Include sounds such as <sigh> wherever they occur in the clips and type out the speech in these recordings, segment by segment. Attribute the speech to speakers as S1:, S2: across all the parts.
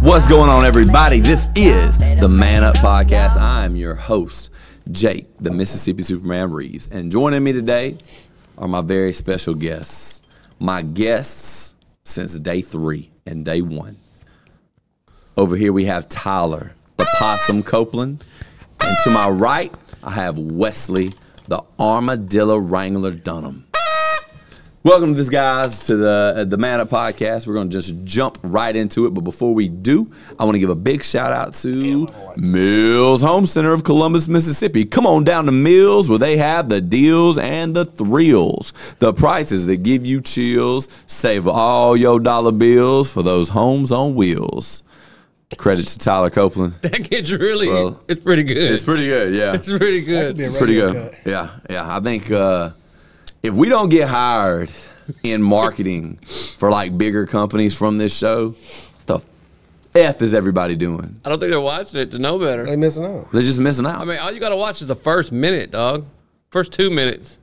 S1: What's going on, everybody? This is the Man Up Podcast. I'm your host, Jake, the Mississippi Superman Reeves. And joining me today are my very special guests. My guests since day three and day one. Over here, we have Tyler, the Possum Copeland. And to my right, I have Wesley, the Armadillo Wrangler Dunham. Welcome to this, guys, to the uh, the Man Up podcast. We're going to just jump right into it, but before we do, I want to give a big shout out to Mills Home Center of Columbus, Mississippi. Come on down to Mills, where they have the deals and the thrills, the prices that give you chills. Save all your dollar bills for those homes on wheels. Credit to Tyler Copeland.
S2: That kid's really,
S1: Well,
S2: it's pretty good.
S1: It's pretty good, yeah.
S2: <laughs> It's pretty
S3: Could be a
S2: good.
S1: pretty
S3: radio
S1: good.
S3: cut.
S1: Yeah, yeah. I think uh, if we don't get hired in marketing for like bigger companies from this show, the f is everybody doing?
S2: I don't think they're watching it to know better.
S3: They missing out.
S1: They're just missing out.
S2: I mean, all you gotta watch is the first minute, dog. First two minutes.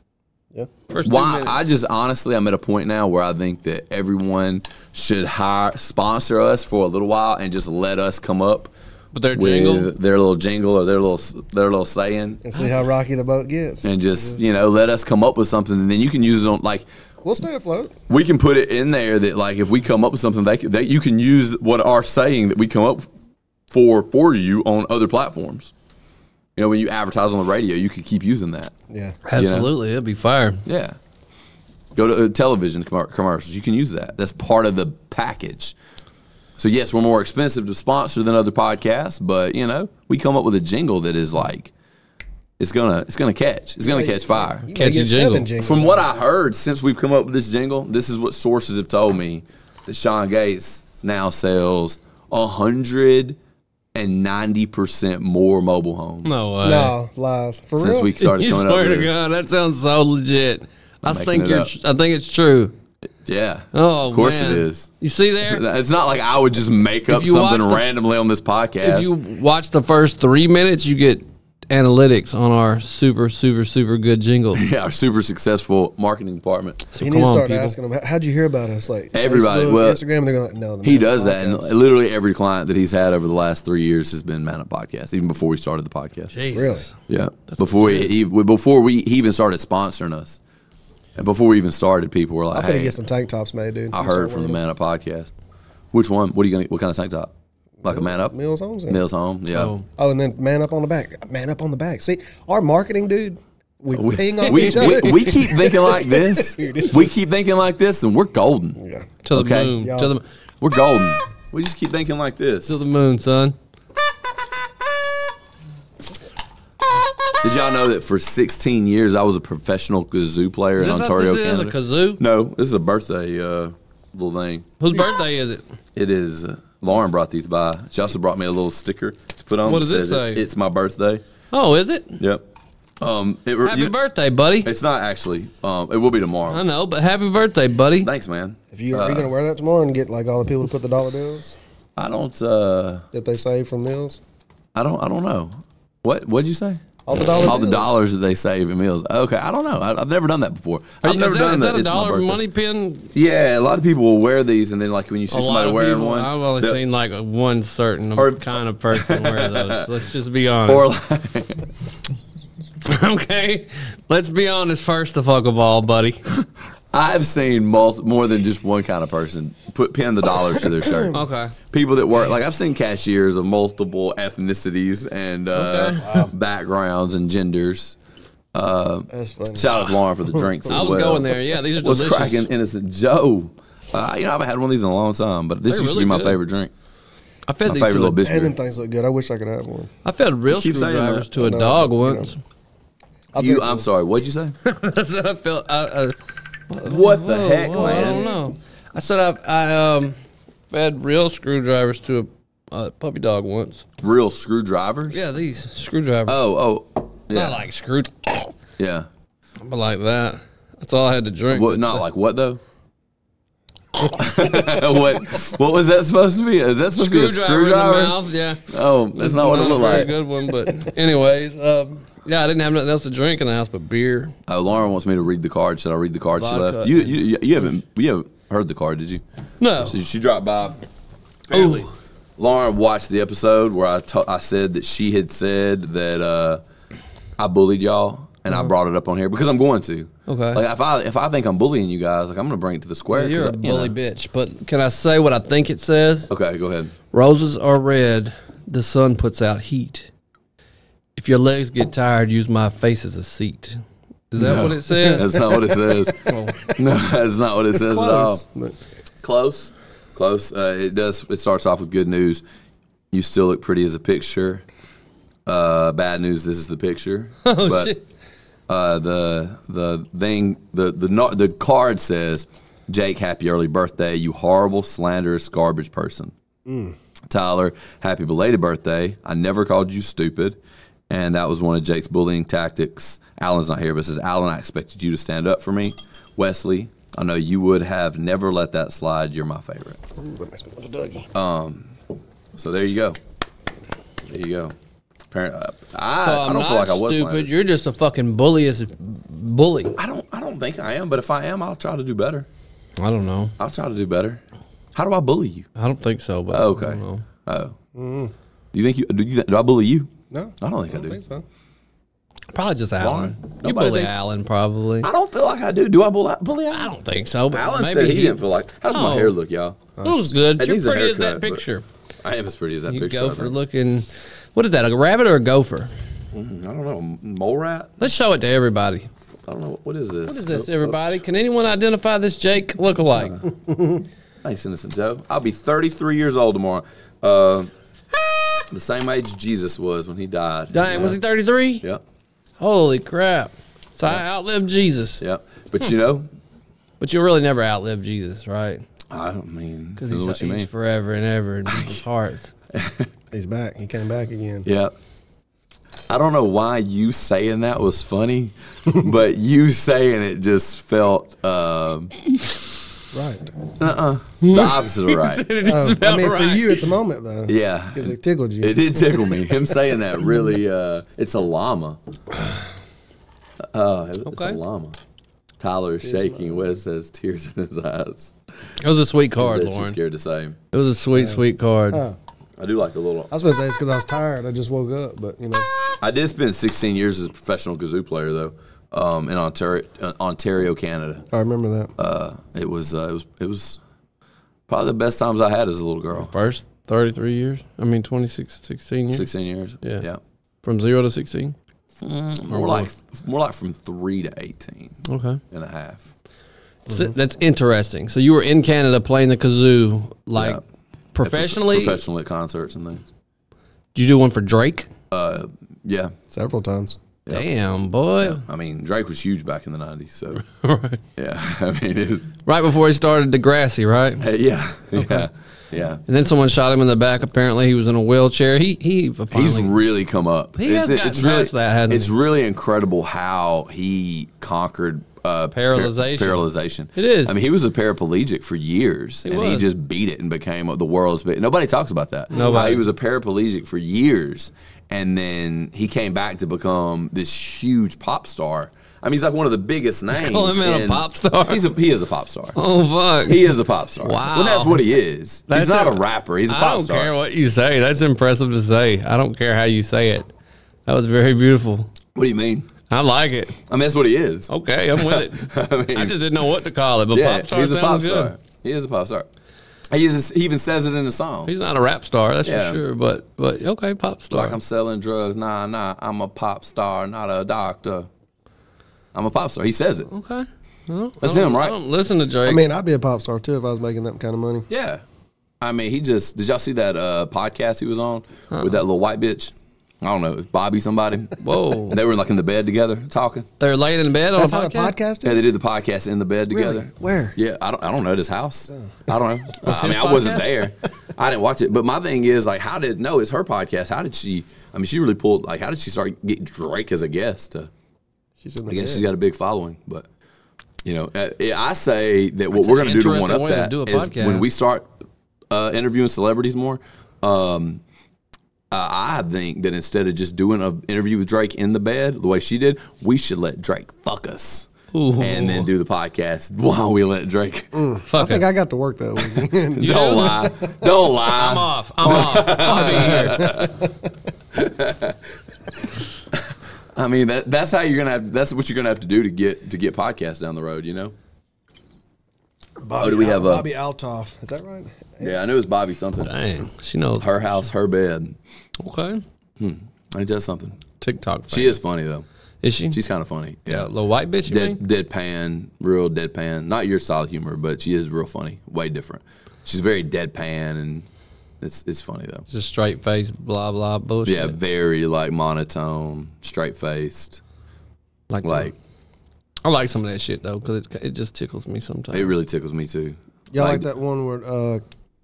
S3: Yeah.
S2: First two
S1: why
S2: minutes.
S1: I just honestly I'm at a point now where I think that everyone should hire sponsor us for a little while and just let us come up
S2: but their
S1: with
S2: jingle.
S1: their little jingle or their little s- their little saying
S3: And see how rocky the boat gets.
S1: and just you know let us come up with something and then you can use it on like
S3: We'll stay afloat.
S1: we can put it in there that like if we come up with something they c- that you can use what our saying that we come up for for you on other platforms. You know, when you advertise on the radio, you could keep using that.
S3: Yeah.
S2: Absolutely, it'd be fire.
S1: Yeah. Go to uh, television com- commercials. You can use that. That's part of the package. So yes, we're more expensive to sponsor than other podcasts, but you know, we come up with a jingle that is like it's gonna it's gonna catch. It's gonna catch fire.
S3: You
S2: Catchy
S3: may get
S2: jingle.
S3: seven jingles.
S1: From what I heard since we've come up with this jingle, this is what sources have told me that Sean Gates now sells hundred and ninety percent more mobile homes
S2: No way.
S3: no lies for
S1: uh, since
S3: real.
S1: we started
S2: <laughs> You
S1: coming up
S2: swear
S1: with
S2: to
S1: this.
S2: God, that sounds so legit. I
S1: making
S2: think
S1: it
S2: you're,
S1: up.
S2: tr- I think it's true.
S1: Yeah.
S2: Oh,
S1: of course
S2: man.
S1: it is.
S2: You see there?
S1: It's not like I would just make up
S2: If you
S1: something
S2: watch the-
S1: randomly on this podcast.
S2: If you watch the first three minutes, you get analytics on our super, super, super good jingle.
S1: <laughs> yeah, our super successful marketing department.
S2: So
S3: You need
S2: come
S3: to
S2: on,
S3: start
S2: people.
S3: asking them, how'd you hear about us? Like
S1: Everybody,
S3: Facebook,
S1: well,
S3: Instagram, they're going to no. the
S1: He
S3: man
S1: does that, and
S3: podcast."
S1: literally every client that he's had over the last three years has been Man Up Podcast, even before we started the podcast.
S2: Jesus.
S3: Really?
S1: Yeah, before we, he, before we he even started sponsoring us, and before we even started, people were like,
S3: I'm going to
S1: "Hey,
S3: get some tank tops made, dude.
S1: I heard from the Man Up Podcast. Which one? What are you gonna? What kind of tank top? Like a Man Up?
S3: Mills Homes. in.
S1: Mills Home? Yeah."
S2: Oh.
S3: Oh, and then man up on the back. Man up on the back. See, our marketing dude, we,
S1: We,
S3: ping off
S1: we,
S3: each other.
S1: we, we keep thinking like this.
S3: Dude, it's-
S1: We keep thinking like this, and we're golden.
S3: <laughs> yeah.
S2: To the
S1: Okay.
S2: moon.
S3: Yeah.
S2: To the,
S1: We're golden. We just keep thinking like this.
S2: to the moon, son.
S1: Did y'all know that for 16 years I was a professional kazoo player in
S2: Is this what
S1: Ontario,
S2: this is? A
S1: Canada?
S2: kazoo?
S1: no, this is a birthday uh, little thing.
S2: Whose birthday is it?
S1: It is. Uh, Lauren brought these by. She also brought me a little sticker to put on.
S2: What
S1: that
S2: does it
S1: says
S2: say?
S1: it's my birthday.
S2: Oh, is it?
S1: Yep. Um, it, re-
S2: Happy
S1: you-
S2: birthday, buddy.
S1: It's not actually. Um, it will be tomorrow.
S2: I know, but happy birthday, buddy.
S1: Thanks, man.
S3: If you,
S1: Uh,
S3: are you going to wear that tomorrow and get like all the people to put the dollar bills
S1: I don't. Uh,
S3: that they save from meals?
S1: I don't. I don't know. What? What'd you say?
S3: All the
S2: Oh,
S3: dollar
S1: All the
S3: bills.
S1: dollars that they save in meals. Okay, I don't know. I, I've never done that before.
S2: Are
S1: I've
S2: you-
S1: never
S2: is that,
S1: done
S2: is that a
S1: It's my
S2: dollar
S1: birthday.
S2: money pin?
S1: Yeah, a lot of people will wear these, and then like when you see
S2: A lot
S1: somebody
S2: of
S1: wearing
S2: people-
S1: one,
S2: I've only
S1: they'll-
S2: seen like one certain
S1: Or-
S2: kind of person wear those. Let's just be
S1: <laughs>
S2: honest. <laughs>
S1: or <laughs> like,
S2: okay, let's be honest first the fuck of all, buddy.
S1: I've seen mul- more than just one kind of person put pin the dollars to their shirt.
S2: Okay,
S1: People that work like I've seen cashiers of multiple ethnicities and uh, backgrounds and genders.
S3: That's funny.
S1: Shout out to Lauren for
S3: <laughs>
S1: the drinks. As
S2: I was
S1: well.
S2: going there. Yeah, these are
S1: What's
S2: delicious.
S1: cracking, Innocent Joe? Uh, you know, I haven't had one of these in a long time, but this
S2: They're
S1: used to
S2: really
S1: be my
S2: good.
S1: favorite drink.
S2: I fed
S1: My
S2: these
S1: favorite
S2: to
S1: little
S2: a,
S3: And them
S1: biscuit.
S3: things look good. I wish I could have one.
S2: I fed real
S1: keep saying
S2: screwdrivers
S1: that.
S2: to a
S3: know,
S2: dog
S3: you know.
S2: once. <laughs>
S3: I'll
S1: You,
S3: take
S1: I'm
S3: one.
S1: sorry. What'd you say?
S2: That's what I felt. I, I,
S1: What the heck,
S2: Whoa, I don't
S1: man?
S2: know. I said I, I um, fed real screwdrivers to a, a puppy dog once.
S1: Real screwdrivers?
S2: Yeah, these screwdrivers.
S1: Oh, oh, yeah,
S2: Not like screw,
S1: yeah.
S2: but like that. That's all I had to drink.
S1: What? Not like what
S2: <laughs>
S1: though? <laughs> what? What was that supposed to be? Is that supposed to be a
S2: screwdriver in the
S1: screwdriver?
S2: mouth. Yeah, that's
S1: Oh, that's not what it looked
S2: a very
S1: like.
S2: good one, but <laughs> anyways, um, yeah, I didn't have nothing else to drink in the house but beer.
S1: Oh, Lauren wants me to read the card. Should I read the card she
S2: Vodka
S1: left? You,
S2: and-
S1: you, you, you haven't, you haven't heard the card, did you?
S2: No,
S1: She, she dropped by. Apparently, Lauren watched the episode where I to- I said that she had said that uh, I bullied y'all, and I brought it up on here because I'm going to.
S2: Uh-huh. Okay.
S1: Like if I if I think I'm bullying you guys, like I'm gonna bring it to the square. 'cause
S2: You're
S1: I-
S2: a
S1: you
S2: bully
S1: know.
S2: bitch. But can I say what I think it says?
S1: Okay, go ahead.
S2: Roses are red. The sun puts out heat. If your legs get tired, use my face as a seat. Is that what it
S1: <laughs>
S2: says?
S1: That's not what it
S2: <laughs>
S1: says. <laughs> no, that's not what it says at all.
S3: Close. But
S1: Close, close. Uh, it does. It starts off with good news. You still look pretty as a picture. Uh, bad news. This is the picture.
S2: <laughs> oh
S1: But,
S2: shit!
S1: Uh, the the thing the the no, the card says, Jake, happy early birthday. You horrible slanderous garbage person.
S3: Hmm.
S1: Tyler, happy belated birthday. I never called you stupid. And that was one of Jake's bullying tactics. Alan's not here, but says, Alan, I expected you to stand up for me. Wesley, I know you would have never let that slide. You're my favorite. Um,
S3: that makes me want a Dougie.
S1: So there you go. There you go. Apparent, uh, I,
S2: So
S1: I
S2: Oh, I'm
S1: don't
S2: not
S1: feel like I was
S2: stupid.
S1: slanderous.
S2: You're just a fucking bully as a bully.
S1: I don't. I don't think I am. But if I am, I'll try to do better.
S2: I don't know.
S1: I'll try to do better. How do I bully you?
S2: I don't think so. But I
S1: Okay.
S2: don't know.
S1: Oh. Do you think you do? You, th- do I bully you?
S3: no,
S1: I don't think I,
S3: I
S1: do.
S3: don't think so.
S2: Probably just Alan. You
S1: Nobody
S2: bully
S1: thinks-
S2: Alan probably.
S1: I don't feel like I do. Do I bully? Bully Alan?
S2: I don't think so. But
S1: Alan
S2: maybe
S1: said he,
S2: he
S1: didn't feel like. How's my
S2: Oh.
S1: hair look, y'all?
S2: It was good.
S1: It
S2: You're
S1: needs a
S2: pretty as
S1: haircut,
S2: that
S1: but-
S2: picture.
S1: I am as pretty as that
S2: You
S1: picture.
S2: go
S1: I
S2: for
S1: think.
S2: looking. What is that? A rabbit or a gopher?
S1: I don't know. m- Mole rat?
S2: Let's show it to everybody.
S1: I don't know. What is this?
S2: What is this, everybody? Can anyone identify this Jake look-alike?
S1: Thanks, Innocent Joe. I'll be 33 years old tomorrow. Uh, the same age Jesus was when he died.
S2: Dang, was he 33?
S1: Yep.
S2: Holy crap. So I outlived Jesus.
S1: Yep. But
S2: Hmm.
S1: you know,
S2: But you'll really never outlive Jesus, right?
S1: I don't mean.
S2: Because
S1: this
S2: he's,
S1: is what you
S2: he's
S1: mean.
S2: forever and ever in people's hearts.
S3: He's back. He came back again.
S1: Yeah. I don't know why you saying that was
S2: <laughs>
S1: funny, but you saying it just felt um,
S3: Right.
S1: the
S2: <laughs>
S1: opposite of right.
S2: Hmm? It just
S3: Oh, I
S2: felt
S3: mean, for
S2: right.
S3: you at the moment though.
S2: <laughs>
S1: Yeah.
S3: Because it tickled you.
S1: It did tickle me. Him saying that really, uh, it's a
S2: <sighs>
S1: llama. Oh, it- it's
S2: Okay.
S1: a llama. Tyler is shaking. Wes has tears in his eyes.
S2: It was a sweet card,
S1: That you
S2: Lauren.
S1: scared to say.
S2: It was a sweet, sweet card.
S3: Oh,
S1: I do like the little.
S3: I was gonna say it's because I was tired. I just woke up, but you know,
S1: I did spend 16 years as a professional kazoo player, though, um, in Ontario, uh, Ontario, Canada.
S3: I remember that.
S1: Uh, it was, uh, it was, it was probably the best times I had as a little girl.
S2: First 33 years. I mean, 26, 16 years.
S1: 16 years.
S2: Yeah.
S1: Yeah.
S2: From zero to 16.
S1: More like more like from three to 18
S2: Okay.
S1: and a half.
S2: So that's interesting. So you were in Canada playing the kazoo, like professionally.
S1: professional at concerts and things.
S2: Did you do one for Drake?
S1: Yeah.
S3: Several times.
S2: Damn, boy.
S1: I mean, Drake was huge back in the 90s.
S2: <laughs>
S1: So, yeah. <laughs> I mean, it was,
S2: Right before he started Degrassi, right?
S1: hey, yeah. Yeah. Yeah.
S2: And then someone shot him in the back. Apparently, he was in a wheelchair. He he finally.
S1: He's really come up.
S2: He has gotten past that, hasn't
S1: It's
S2: he?
S1: really incredible how he conquered uh, par-
S2: Paralyzation.
S1: paralyzation.
S2: It is.
S1: I mean, he was a paraplegic for years, and he
S2: was.
S1: just beat it and became the world's. Big, nobody talks about that.
S2: Nobody.
S1: How he was a paraplegic for years, and then he came back to become this huge pop star. I mean, he's like one of the biggest names.
S2: call him a
S1: in-
S2: pop star?
S1: He's a, he is a pop star.
S2: oh fuck!
S1: He is a pop star.
S2: Wow.
S1: Well, that's what he is.
S2: That's
S1: he's not
S2: it.
S1: a rapper. He's a
S2: I
S1: pop
S2: don't
S1: star.
S2: care what you say. That's impressive to say. I don't care how you say it. That was very beautiful.
S1: What do you mean?
S2: I like it.
S1: I mean, that's what he is.
S2: Okay, I'm with
S1: <laughs>
S2: it.
S1: I mean,
S2: I just didn't know what to call it, but
S1: Yeah,
S2: pop star
S1: he's a
S2: sounds
S1: pop
S2: good.
S1: star. He is a pop star. He, is, he even says it in the song.
S2: He's not a rap star, that's
S1: Yeah.
S2: for sure. But but okay, pop star.
S1: like, I'm selling drugs. Nah, nah. I'm a pop star, not a doctor. I'm a pop star. He says it.
S2: okay, Well,
S1: That's
S2: I don't-
S1: him, right?
S2: I don't listen to Drake.
S3: I mean, I'd be a pop star too if I was making that kind of money.
S1: Yeah. I mean, he just. Did y'all see that uh, podcast he was on with that little white bitch? I don't know. It was Bobby somebody.
S2: Whoa,
S1: And <laughs> they were like in the bed together talking.
S2: they're laying in bed on
S3: That's
S2: a
S3: how the
S2: podcast.
S3: podcast
S1: Yeah,
S3: is.
S1: they did the podcast in the bed
S3: Really?
S1: together.
S3: Where?
S1: Yeah, I don't, I don't know this house. I don't
S2: <laughs>
S1: know. I mean,
S2: his
S1: I wasn't
S2: podcast?
S1: there. I didn't watch it. But my thing is, like, how did, no, it's her podcast. How did she, I mean, she really pulled, like, how did she start get Drake as a guest? To,
S3: She's in the
S1: I guess
S3: bed.
S1: she's got a big following, but, you know, uh, yeah, I say that what we're
S2: an
S1: going to do to one
S2: interesting
S1: up
S2: way to
S1: that
S2: do a
S1: is when
S2: podcast.
S1: we start uh, interviewing celebrities more, um, uh, I think that instead of just doing an interview with Drake in the bed the way she did, we should let Drake fuck us. and then do the podcast while we let Drake.
S3: I
S2: Fuck
S3: think
S2: it.
S3: I got to
S1: <laughs>
S3: work though. All
S1: Don't lie. Don't lie.
S2: I'm off. I'm off. I'll be
S1: <laughs>
S2: here.
S1: I mean that that's how you're gonna have that's what you're gonna have to do to get to get podcasts down the road, you know?
S3: Bobby,
S1: do we have, uh,
S3: Bobby Altoff? Is that right?
S1: Yeah, I knew it was Bobby something.
S2: Dang, she knows.
S1: Her house, her bed.
S2: Okay,
S1: He does something.
S2: TikTok. Fan.
S1: She is funny though.
S2: Is she?
S1: She's kind of funny.
S2: a
S1: Yeah.
S2: little white bitch. You
S1: Dead,
S2: mean?
S1: deadpan, real deadpan. Not your solid humor, but she is real funny. Way different. She's very deadpan and it's it's funny though.
S2: Just straight face, blah blah bullshit.
S1: Yeah, very like monotone, straight faced.
S2: like,
S1: Like
S2: I like some of that shit though, because it, it just tickles me sometimes.
S1: it really tickles me too.
S3: Y'all like, that one where uh,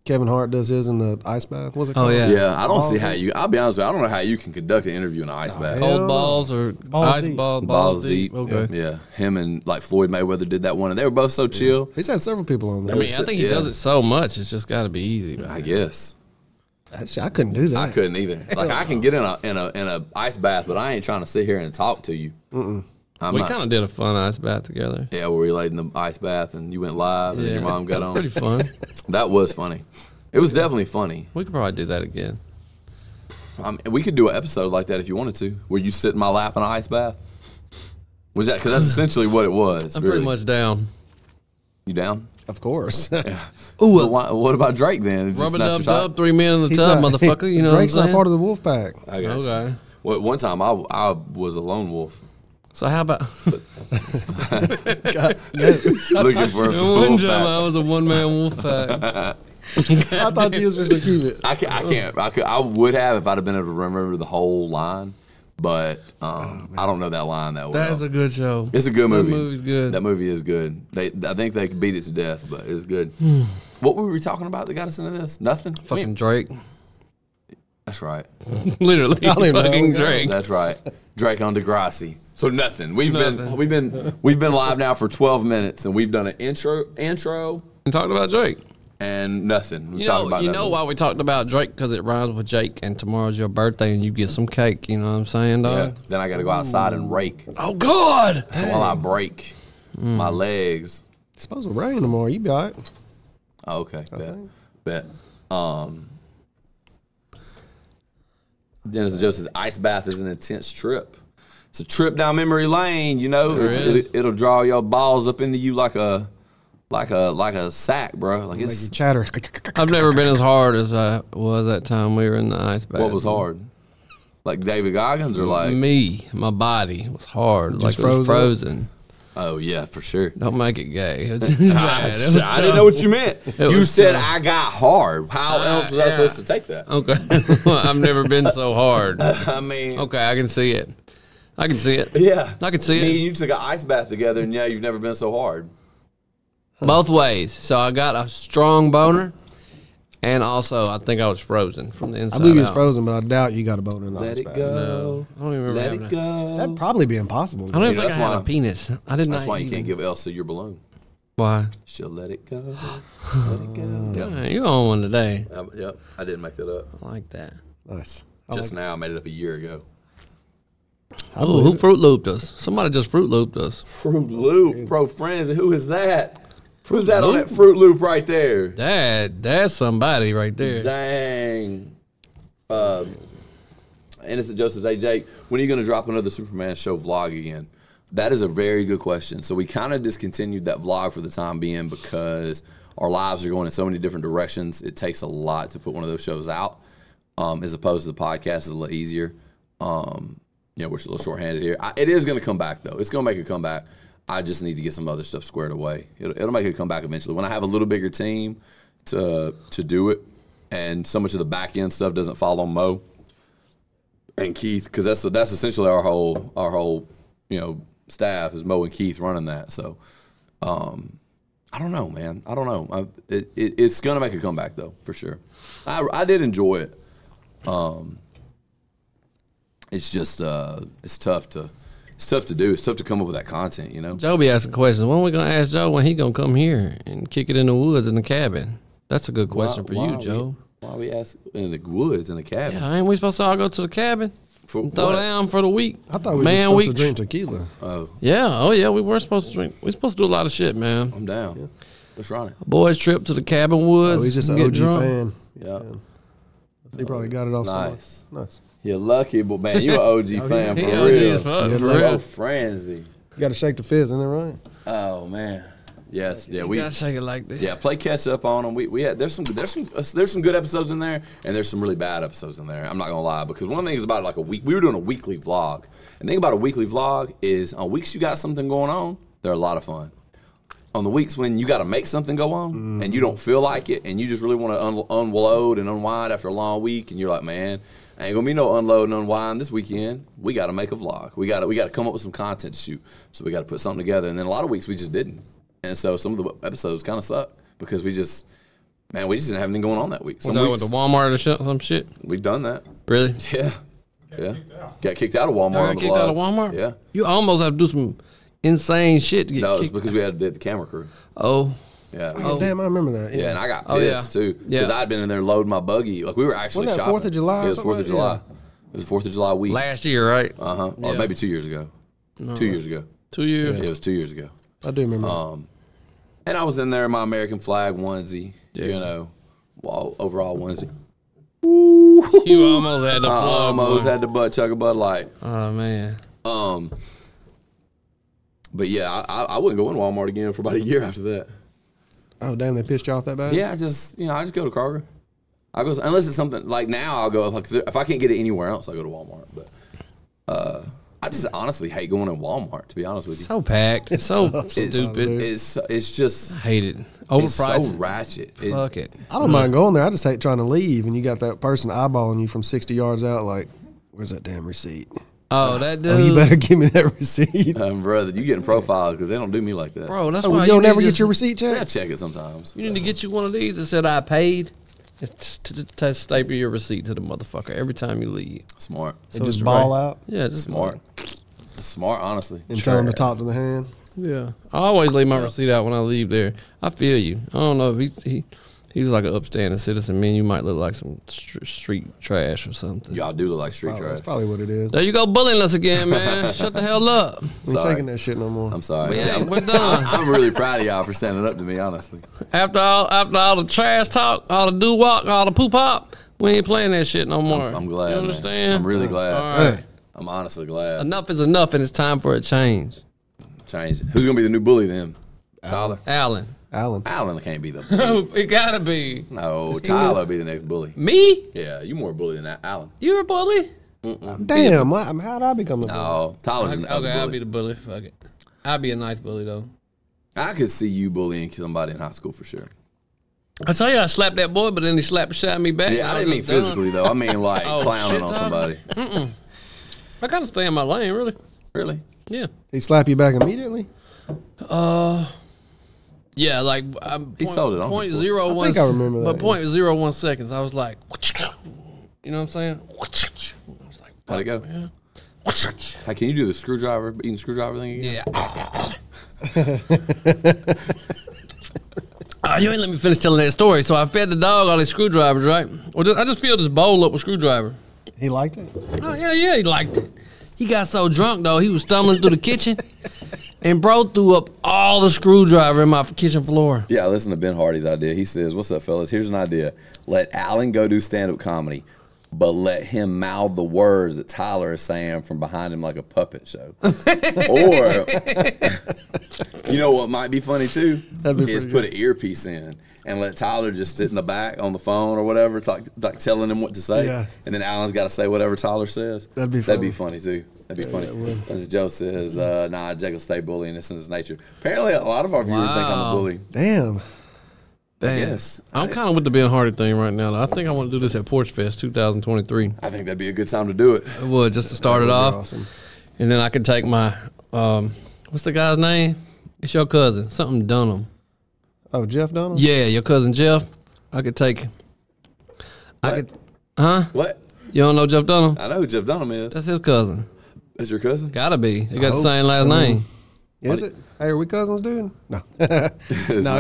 S3: Kevin Hart does his in the ice bath? What's it
S2: Oh,
S3: called?
S2: yeah.
S1: Yeah, I don't see how you. I'll be honest with you. I don't know how you can conduct an interview in an ice bath.
S3: hell
S2: Cold
S3: no.
S2: balls or
S3: Balls
S2: ice
S3: deep.
S2: ball, balls,
S1: balls
S2: deep.
S1: deep.
S2: Okay.
S1: Yeah, him and like Floyd Mayweather did that one, and they were both so chill.
S3: He's had several people on there.
S2: I mean, I think he
S1: Yeah.
S2: does it so much. It's just got to be easy. man.
S1: I guess
S3: Actually, I couldn't do that.
S1: I couldn't either. Like I can get in a in a in a ice bath, but I ain't trying to sit here and talk to you. I'm
S2: we
S1: not.
S2: kind of did a fun ice bath together.
S1: yeah, we were laid in the ice bath, and you went live, and then your mom got on.
S2: <laughs> Pretty fun.
S1: That was funny. It was definitely funny.
S2: we could probably do that again.
S1: Um, we could do an episode like that if you wanted to, where you sit in my lap in an ice bath. Was that because
S2: <laughs>
S1: that's essentially what it was?
S2: I'm
S1: really.
S2: pretty much down.
S1: you down.
S2: <laughs>
S3: Of course.
S1: Ooh, why, what about Drake then? It's just
S2: Rubber
S1: not your
S2: dub
S1: type?
S2: uh, dub, three men in the tub, motherfucker.
S3: <laughs>
S2: You know
S3: Drake's
S2: what I'm saying?
S3: not part of the
S2: <laughs>
S3: wolf pack.
S1: I got you.
S2: Okay.
S1: Well, one time I, I was a lone
S2: <laughs>
S1: wolf
S2: so
S1: <laughs>
S2: how about <laughs>
S1: looking for a
S2: one
S1: wolf
S2: time I
S1: pack.
S2: was a one man wolf pack?
S3: I thought you was supposed to keep it.
S1: I can't. I, can't I, could, I would have if I'd have been able to remember the whole line, but um, I don't know that line that well.
S2: Oh, That is a good show.
S1: it's a good
S2: that
S1: movie.
S2: movie's good.
S1: That movie is good. They, I think they beat it to death, but it was
S2: <sighs>
S1: good. what were we talking about that got us into this? Nothing. We
S2: Hmm. fucking
S1: ain't-
S2: Drake.
S1: that's right.
S2: Literally,
S1: <laughs>
S3: even know.
S2: fucking Drake.
S1: That's right. Drake on Degrassi. So nothing. We've been
S2: Nothing.
S1: we've been we've been live now for twelve minutes, and we've done an intro intro
S2: And talked about Drake.
S1: and nothing. We
S2: You
S1: talked
S2: know,
S1: about
S2: you
S1: nothing.
S2: know why we talked about Drake? Because it rhymes with Jake, and tomorrow's your birthday, and you get some cake. You know what I'm saying,
S1: Yeah.
S2: dog?
S1: Uh, Then I got to go outside and rake
S2: Oh God!
S1: while I break
S2: Mm.
S1: my legs.
S3: It's supposed to rain tomorrow. You be all right.
S1: Oh, okay, bet,
S3: think.
S1: bet. Um, Dennis and Joe says ice bath is an intense trip. It's a trip down memory lane. You know,
S2: Sure
S1: It's-
S2: is.
S1: it, it'll draw your balls up into you like a, like a, like a sack, bro. Like
S3: Like you
S1: it's
S3: chatter. <laughs>
S2: I've never been as hard as I was that time we were in the ice bath.
S1: what was hard. Like David Goggins, or
S2: Mm.
S1: like,
S2: Me, my body was hard, like
S3: Just
S2: it was
S3: froze up?
S2: frozen.
S1: oh yeah, for sure.
S2: Don't make it gay. <laughs> It's bad.
S1: <laughs> I,
S2: It was
S1: didn't know what you meant. You
S2: was Ah,
S1: said I got hard. How else was I
S2: yeah.
S1: supposed to take that?
S2: tough. Okay, <laughs> Well, I've never been so
S1: <laughs>
S2: hard.
S1: I mean,
S2: Okay, I can see it. I can see it.
S1: yeah,
S2: I can
S1: Me
S2: see it.
S1: and you took an ice bath together, and yeah, you've never been so hard.
S2: both ways. So I got a strong boner, and also I think I was frozen from the
S3: I
S2: inside
S3: believe you was
S2: out.
S3: frozen, but I doubt you got a boner in the
S1: Let
S3: ice
S1: it
S3: bath.
S1: go.
S2: I don't even remember.
S1: Let
S2: having
S1: it
S2: a-
S1: go.
S3: That'd probably be impossible.
S2: I don't even
S1: You know,
S2: think I
S1: that's
S2: had
S1: why-
S2: a penis. I did not.
S1: That's why you
S2: eat
S1: can't
S2: it.
S1: give Elsa your balloon.
S2: Why?
S1: She'll let it <gasps> go. Let it go. Yep.
S2: Man, you on one today?
S1: Um, yep. I didn't make that up.
S2: I like that.
S3: Nice. Oh,
S1: Just now, I made it up a year ago.
S2: Oh, who Fruit Looped us? Somebody just Fruit Looped us.
S1: Fruit Loop, pro friends. Who is that? Who's that on
S2: Loop?
S1: that Fruit Loop right there?
S2: That that's somebody right there.
S1: Dang. Um, Innocent Joseph says, hey, Jake, when are you going to drop another Superman show vlog again? That is a very good question. So we kind of discontinued that vlog for the time being because our lives are going in so many different directions. It takes a lot to put one of those shows out, um, as opposed to the podcast is a little easier. Um, you know, we're a little shorthanded here. I, it is going to come back though. It's going to make a comeback. I just need to get some other stuff squared away. It'll, it'll make a comeback eventually when I have a little bigger team to to do it, and so much of the back end stuff doesn't fall on Mo and Keith because that's that's essentially our whole our whole you know staff is Mo and Keith running that. So, um, I don't know, man. I don't know. I, it, it, it's gonna make a comeback though for sure. I I did enjoy it. Um, it's just uh, it's tough to it's tough to do. It's tough to come up with that content, you know.
S2: Joe be asking questions. When we gonna ask Joe when he gonna come here and kick it in the woods in the cabin? That's a good question for
S1: Why- why
S2: you,
S1: are we-
S2: Joe.
S1: Why we ask in the woods in the cabin?
S2: Yeah, ain't we supposed to all go to the cabin?
S1: For
S2: Throw
S1: what?
S2: down for the week.
S3: I thought we were
S2: man,
S3: supposed
S2: we
S3: to drink tequila.
S1: Oh,
S2: yeah, oh yeah, we were supposed to drink. We supposed to do a lot of shit, man.
S1: I'm down. Let's run it.
S2: Boys trip to the cabin woods.
S3: Oh, he's just an
S2: get
S3: OG
S2: drunk.
S3: fan. He's
S1: Yeah.
S3: a fan. So he probably got it off
S1: Nice.
S3: somewhere. Nice.
S1: You're lucky, but man,
S2: <laughs>
S1: you an OG fan
S2: Oh, He
S1: for
S2: OG
S1: real.
S2: as fuck,
S3: Yeah,
S2: for
S3: like-
S1: Oh,
S2: real.
S1: frenzy.
S3: Got to shake the fizz, isn't it right?
S1: Oh man. Yes. Yeah. We.
S2: gotta shake it like this.
S1: Yeah. Play catch up on them. We. We had. There's some. There's some. uh, There's some good episodes in there, and there's some really bad episodes in there. I'm not gonna lie because one of the things about like a week. We were doing a weekly vlog, and the thing about a weekly vlog is on weeks you got something going on, they're a lot of fun. On the weeks when you got to make something go on and you don't feel like it and you just really want to un- unload and unwind after a long week and you're like, man, ain't gonna be no unload and unwind this weekend. We got to make a vlog. We got to we got to come up with some content to shoot. So we got to put something together. And then a lot of weeks we just didn't. And so some of the episodes kind of suck because we just, man, we just didn't have anything going on that week. Some
S2: Done with
S1: weeks
S2: the Walmart or shit- some shit.
S1: we've done that. <laughs>
S2: Really?
S1: Yeah, yeah. Got kicked out of Walmart.
S2: Y'all
S1: on
S2: got
S1: the
S2: kicked out of
S1: vlog.
S2: Walmart.
S1: Yeah.
S2: You almost have to do some insane shit to get
S1: No, it's
S2: kicked.
S1: because we had the, the camera crew.
S2: oh,
S1: Yeah.
S3: Oh, damn, I remember that. Yeah.
S1: Yeah, and I got
S2: Oh, yeah.
S1: pissed too because
S2: Yeah.
S1: I'd been in there loading my buggy. Like we were actually
S3: Wasn't that
S1: shopping.
S3: 4th of July or
S1: Yeah, it was Fourth of
S3: something like
S1: July. It was Fourth of July week.
S2: last year, right?
S1: uh huh. Or
S2: Yeah.
S1: maybe two years ago. Two years ago.
S2: Two years.
S1: Yeah, it was two years ago.
S3: I do remember.
S1: um, And I was in there in my American flag onesie. You
S2: Yeah.
S1: know, well, overall onesie. Uh,
S2: You almost had
S3: <laughs>
S2: to
S1: I
S2: plug.
S1: almost
S2: boy.
S1: had the butt chug a Bud Light.
S2: oh man.
S1: Um, but yeah, I, I, I wouldn't go in Walmart again for about a year after that.
S3: oh, damn, they pissed you off that bad?
S1: Yeah, I just you know I just go to Kroger. I go unless it's something like now I'll go like if I can't get it anywhere else I go to Walmart. But uh, I just honestly hate going to Walmart to be honest with you.
S2: So packed. It's so
S1: it's,
S2: stupid.
S1: It's it's just
S2: Hate it.
S1: it's so
S2: Overpriced.
S1: ratchet. It-
S2: Fuck it.
S3: I don't mind going there. I just hate trying to leave, and you got that person eyeballing you from 60 yards out, like, where's that damn receipt?
S2: Oh, that dude.
S3: Oh, you better <laughs> give me that <laughs> receipt.
S1: um, brother, you getting profiled because they don't do me like that.
S2: Bro, that's
S3: Oh,
S2: why
S3: you don't
S2: need to
S3: ever get
S2: just-
S3: your receipt
S1: I
S3: checked?
S1: check it sometimes.
S2: You need to get you one of these that said I paid. It's to, to, to staple your receipt to the motherfucker every time you leave.
S1: Smart,
S2: So
S3: just
S2: it's
S3: ball
S2: right.
S3: out
S2: Yeah, just
S1: smart, smart. Honestly,
S3: and turn the top to the hand.
S2: Yeah, I always leave my receipt out when I leave there. I feel you. I don't know if he's he, he's like an upstanding citizen. Man, you might look like some str- street trash or something.
S1: y'all do look like street
S3: Oh,
S1: trash.
S3: that's probably what it is.
S2: There you go, bullying us again, <laughs> man. Shut the hell up.
S3: We ain't
S1: Sorry.
S3: taking that shit no more.
S1: I'm sorry.
S2: We
S1: Yeah,
S2: ain't-
S1: I'm,
S2: we're done.
S1: <laughs> I'm really proud of y'all for standing up to me. Honestly,
S2: After all, after all the trash talk, all the do walk, all the poop hop, we ain't playing that shit no more.
S1: I'm glad.
S2: You
S1: man.
S2: understand?
S1: I'm really glad.
S2: All right.
S1: I'm honestly glad.
S2: Enough is enough, and it's time for a change.
S1: Change. Who's gonna be the new bully then? Tyler.
S2: Allen,
S3: Alan.
S1: Allen can't be the
S2: <laughs>
S1: bully.
S2: it gotta be
S1: No, Tyler will be the next bully.
S2: me.
S1: Yeah, you more bully than that. Allen.
S2: You're a bully.
S3: Damn, why, how'd I become a bully?
S1: Oh, Tyler's an
S2: Okay, I'll be
S1: bully.
S2: the bully. Fuck it. I'll be a nice bully though.
S1: I could see you bullying somebody in high school for sure.
S2: I tell you, I slapped that boy, but then he slapped the shit out of me back. and
S1: Yeah, I didn't
S2: was
S1: mean
S2: just done.
S1: physically though. I
S2: <laughs>
S1: mean like
S2: Oh,
S1: clowning
S2: shit,
S1: on
S2: Tyler.
S1: somebody.
S2: <laughs> I kind of stay in my lane, really.
S1: Really?
S2: Yeah.
S3: He slap you back immediately?
S2: Yeah, like I'm point,
S1: sold it on
S2: point
S1: before.
S2: zero one.
S3: I think I remember
S2: But
S3: that,
S2: point zero one seconds, I was like, you know what I'm saying? I was like,
S1: How'd it go? Hey, can you do the screwdriver eating screwdriver thing again?
S2: yeah.
S3: <laughs>
S2: Ah, you ain't let me finish telling that story. So I fed the dog all these screwdrivers, right? Well, just, I just filled this bowl up with screwdriver.
S3: He liked it?
S2: Oh yeah, yeah, he liked it. He got so drunk though, he was stumbling through the <laughs> kitchen, and bro threw up all the screwdriver in my kitchen floor.
S1: Yeah, I listened to Ben Hardy's idea. He says, What's up, fellas? Here's an idea. Let Allen go do stand up comedy, but let him mouth the words that Tyler is saying from behind him like a puppet
S3: <laughs>
S1: show. or, <laughs> you know what might be funny too?
S3: That'd be
S1: is
S3: pretty
S1: put an earpiece in and let Tyler just sit in the back on the phone or whatever, like, like telling him what to say.
S3: Yeah.
S1: And then Allen's got to say whatever Tyler says.
S3: That'd be
S1: That'd be funny too. That'd be funny. As Joe says, uh, nah, Jack will stay bullying. It's in his nature. Apparently, a lot of our viewers think I'm a
S2: Wow.
S1: bully.
S3: Damn.
S2: Damn.
S1: guess.
S2: I'm kind of with the Ben Hardy thing right now. Though. I think I want to do this at Porch Fest 2023.
S1: I think that'd be a good time to do it.
S2: It Oh, would just to start it off,
S3: awesome.
S2: and then I could take my um, what's the guy's name? It's your cousin, something Dunham.
S3: Oh, Jeff Donald?
S2: Yeah, your cousin Jeff. I could take. I could. Huh?
S1: What?
S2: You don't know Jeff Dunham?
S1: I know who Jeff Dunham is.
S2: That's his cousin.
S1: That's your cousin?
S2: Gotta be. They got the same last name.
S3: Is it? Hey, are we cousins, dude? No. <laughs> no,
S1: not,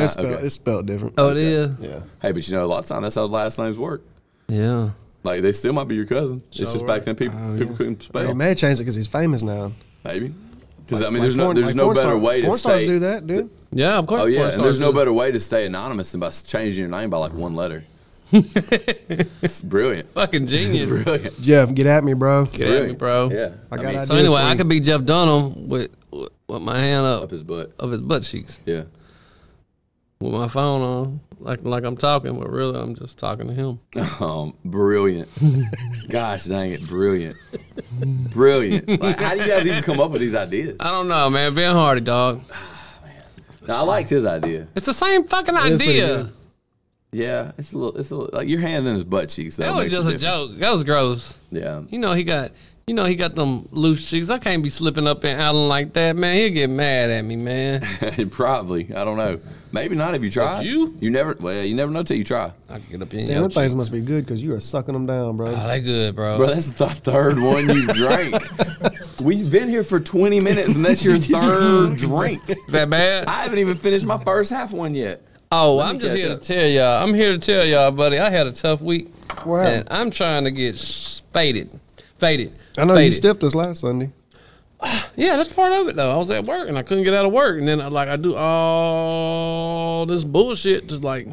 S3: it's spelled,
S1: okay.
S3: it's spelled different.
S2: Oh, it Oh, is.
S3: Yeah.
S1: Hey, but you know, a lot of time that's how last names work.
S2: Yeah.
S1: Like they still might be your cousin. it's just back then people
S3: Oh,
S1: people couldn't
S3: They
S1: spell.
S3: may have changed it because he's famous now.
S1: Maybe because I mean
S3: Like
S1: there's no
S3: porn-
S1: there's
S3: like
S1: no
S3: porn
S1: better
S3: star-
S1: way to
S3: porn stars
S1: stay.
S3: do that, dude.
S2: Yeah, of course.
S1: Oh yeah,
S2: porn
S1: and there's
S2: stars
S1: no
S2: do that.
S1: better way to stay anonymous than by changing your name by like one
S3: <laughs>
S1: letter. it's brilliant. <laughs>
S2: fucking
S1: It's
S2: genius.
S1: brilliant.
S3: Jeff, get at me, bro.
S2: Get at me,
S1: Brilliant.
S2: bro.
S1: Yeah,
S3: I got
S1: mean,
S3: ideas
S2: So anyway,
S3: for
S2: I
S3: you.
S2: could be Jeff Dunham with with with my hand
S1: up
S2: up
S1: his butt.
S2: of his butt cheeks
S1: Yeah,
S2: with my phone on, like like I'm talking, but really I'm just talking to him.
S1: um,
S2: <laughs>
S1: brilliant. Gosh dang it, brilliant, brilliant. Like, how do you guys even come up with these ideas?
S2: I don't know, man. Being Hardy, dog.
S1: Now, I liked his idea.
S2: It's the same fucking
S3: is pretty
S2: idea.
S3: good.
S1: Yeah, it's a little, it's a little like your hand in his butt cheeks. Though,
S2: That was
S1: makes
S2: just a
S1: difference.
S2: joke. That was gross.
S1: Yeah,
S2: You know he got, you know he got them loose cheeks. I can't be slipping up and outing like that, man. He'll get mad at me, man.
S1: <laughs> probably. I don't know. Maybe not if you try.
S2: you?
S1: You never. Well, you never know till you try.
S2: I can get up in
S3: Damn,
S2: your
S3: them things
S2: cheeks.
S3: must be good because you are sucking them down, bro.
S1: Uh,
S2: Oh, they good, bro.
S1: Bro, that's the third one you drank.
S2: <laughs>
S1: We've been here for 20 minutes and that's your third drink.
S2: Is that bad?
S1: I haven't even finished my first half one yet.
S2: Oh,
S1: Let me
S2: I'm just
S1: catch
S2: here
S1: up.
S2: to tell y'all. I'm here to tell y'all, buddy. I had a tough week,
S3: Wow.
S2: and I'm trying to get spaded, faded.
S3: I know you
S2: faded.
S3: stiffed us last Sunday.
S2: Yeah, that's part of it though. I was at work and I couldn't get out of work, and then I, like I do all this bullshit, just like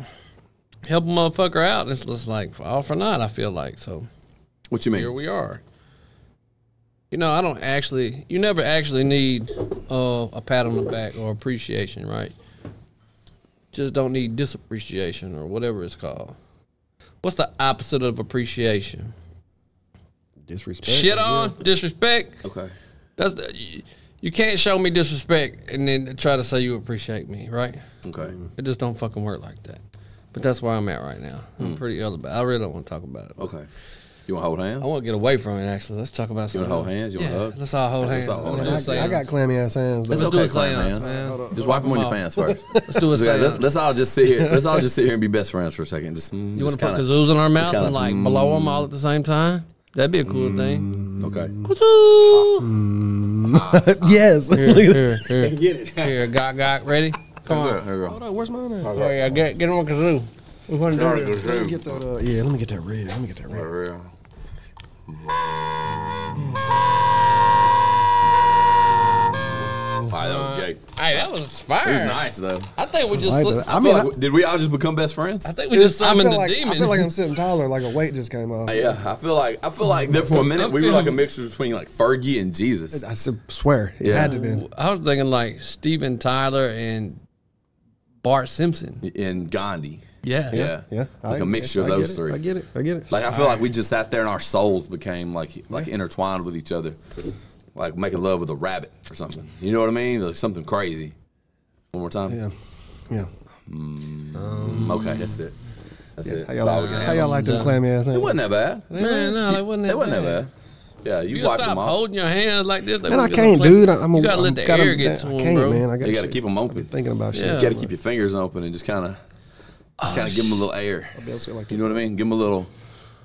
S2: help a motherfucker out. And it's just like all for naught. I feel like so.
S1: What you
S2: Here
S1: mean?
S2: we are. You know, I don't actually. You never actually need uh, a pat on the back or appreciation, right? Just don't need disappreciation or whatever it's called. What's the opposite of appreciation?
S3: Disrespect.
S2: Shit on disrespect.
S1: Okay.
S2: That's the, you, you can't show me disrespect and then try to say you appreciate me, right?
S1: Okay.
S2: It just don't fucking work like that. But that's where I'm at right now. I'm pretty ill about. It. I really don't want to talk about it.
S1: Okay. You want to hold
S2: I
S1: hands?
S2: want to get away from it. Actually, let's talk about
S1: You
S2: something.
S1: want to hold
S2: else.
S1: hands? You want to
S2: Um, yeah,
S1: hug?
S2: Let's all hold
S1: Let's
S2: hands.
S1: all hold
S2: Let's do a
S1: hands.
S3: I, I got
S2: seance.
S3: clammy ass
S1: It's
S3: hands. though.
S2: Let's do a
S1: clam
S2: seance, man. Hold on,
S1: Just
S2: hold
S1: wipe
S2: on,
S1: them on your
S2: hold on.
S1: pants first.
S2: Let's do a
S1: <laughs> Let's-
S2: seance.
S1: Let's all just sit here. Let's all just sit here and be
S2: <laughs>
S1: best friends for a second. Just
S2: You want to put kazooz in our mouth
S1: kinda,
S2: and like blow them all at the same time? That'd be a cool thing.
S1: Okay.
S2: <laughs> Kazoo!
S3: <laughs> yes.
S2: Here, here, here,
S1: Get it. Here
S2: here. Got, got. Ready? Come
S1: we
S2: on.
S1: go. Here we go.
S3: Oh, where's mine at?
S2: Oh yeah, get get him on kazoo. We want to do it.
S3: Let me get that, uh, yeah, let me get that red. Let me get that red.
S1: For real. All right, that was gay.
S2: Hey, that was fire.
S1: It was nice though.
S2: I think we just.
S3: I like
S2: sli-
S3: that.
S2: I,
S3: I
S1: I mean,
S3: mean,
S1: did we all just become best friends?
S2: think we just
S3: I
S2: summoned
S3: feel
S2: the
S3: like,
S2: demon.
S3: I
S2: <laughs>
S3: feel <laughs> like I'm sitting taller. Like a weight just came off. I,
S1: yeah, I feel like I feel like there for a minute we were like a mixture between like Fergie and Jesus.
S3: s- swear, it
S1: Yeah.
S3: had to be.
S2: I was thinking like Steven Tyler and Bart Simpson.
S1: and Gandhi.
S2: Yeah.
S1: Yeah,
S3: Yeah,
S1: like
S3: a
S1: a mixture of
S3: I get
S1: those
S3: it,
S1: three.
S3: I get it. I get it.
S1: Like I feel like we just sat there and our souls became like like intertwined with each other, like making love with a rabbit or something. You know what I mean? Like something crazy. One more time.
S3: yeah, yeah.
S1: Okay, that's it. That's it.
S3: How
S1: That's all
S3: y'all,
S1: we can
S3: how
S1: handle.
S3: y'all like them clammy ass
S1: It
S3: hands?
S1: wasn't that bad.
S2: Man, no, they wasn't that
S1: It wasn't that
S2: bad.
S1: bad. Yeah, you,
S2: You
S1: wiped
S2: stop
S1: them off.
S2: holding your hands like this. They
S3: Man, I
S2: wouldn't get a
S3: can't,
S2: click.
S3: dude. I'm.
S2: you gotta
S3: I'm,
S2: let the
S3: gotta-
S2: air get to
S3: I
S2: him,
S3: can't,
S2: bro.
S3: man. I gotta,
S1: you got to
S3: shit.
S1: keep them open.
S3: thinking about shit.
S2: Yeah.
S1: You got to keep your fingers open and just kind of, just kind of give them a little air.
S3: able to say it like
S1: you know what I mean? Give them a little,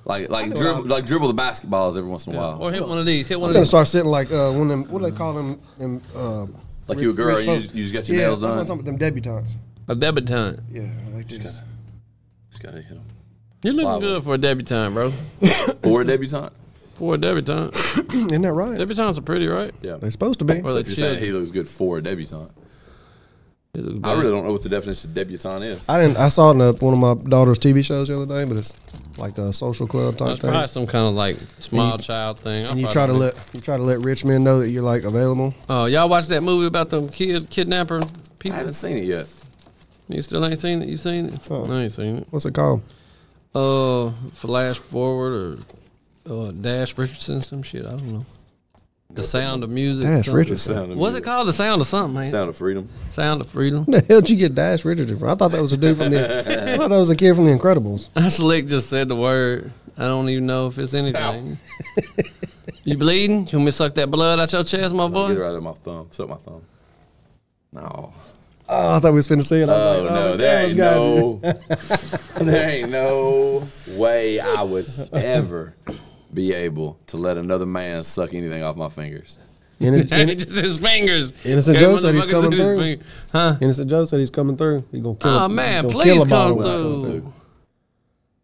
S1: like like dribble, like dribble the basketballs every once in a while.
S2: Or hit one of these. Hit one
S3: I'm
S2: of
S3: gonna
S2: these.
S3: start sitting like uh, one of them. What do they call them? them uh,
S1: Mm-hmm. Like
S3: rich-
S1: you a girl,
S3: rich
S1: you
S3: folks.
S1: just- you just got your
S3: yeah,
S1: nails
S3: that's
S1: done.
S3: What I'm talking about, them debutantes.
S2: A debutante.
S3: Yeah, I like this.
S1: Just got to hit them.
S2: You're looking
S1: Flower.
S2: good for a debutante, bro.
S1: For a debutant.
S2: For a debutante.
S3: <clears throat> Isn't that right?
S2: Debutantes are pretty, right?
S1: Yeah.
S3: They're supposed to be.
S2: Or
S1: So
S2: they
S1: if you're saying he
S2: chill.
S1: looks good for a debutant,
S2: They look
S1: I
S2: bad.
S1: really don't know what the definition of debutant is.
S3: I didn't. I saw it in a, one of my daughter's TV shows the other day, but it's like a social club type
S2: That's
S3: thing.
S2: probably some kind of like small child thing. I
S3: And you
S2: probably
S3: try to
S2: don't
S3: let you try to let rich men know that you're like available.
S2: Oh, y'all watch that movie about them kid kidnapper
S1: I
S2: people?
S1: haven't seen it yet.
S2: You still ain't seen it. You seen it?
S3: Oh.
S2: I ain't seen it.
S3: What's it called? <laughs>
S2: Uh, flash forward or uh, Dash Richardson, some shit. I don't know. The sound of music.
S3: Dash
S2: something.
S1: The
S3: Richardson.
S1: sound of
S2: What's it
S1: music.
S2: called? The sound of something, man. Sound,
S1: Sound of freedom.
S2: of freedom. <laughs>
S3: Where the hell did you get Dash Richardson from? I thought that was a dude from the. I thought that was a kid from the Incredibles.
S2: I slick just said the word. I don't even know if it's anything. you bleeding? You want me to suck that blood out your chest, my <laughs>
S1: Get it
S2: boy?
S1: out of my thumb. Suck my thumb. No.
S3: Oh, I thought we was finna see it. I was
S1: Oh
S3: like,
S1: no,
S3: the
S1: there
S3: cameras
S1: ain't
S3: got you.
S1: no, <laughs> there ain't no way I would ever be able to let another man suck anything off my fingers.
S2: <laughs>
S3: And it-
S2: And it's just his fingers.
S3: Innocent
S2: Okay,
S3: Joe said he's
S2: motherfucker
S3: coming
S2: his
S3: through.
S2: finger- Huh?
S3: Innocent Joe said he's coming through. He gonna kill.
S2: Oh
S3: a-
S2: man,
S3: gonna
S2: please
S3: kill a ball
S2: come
S3: with it.
S2: through.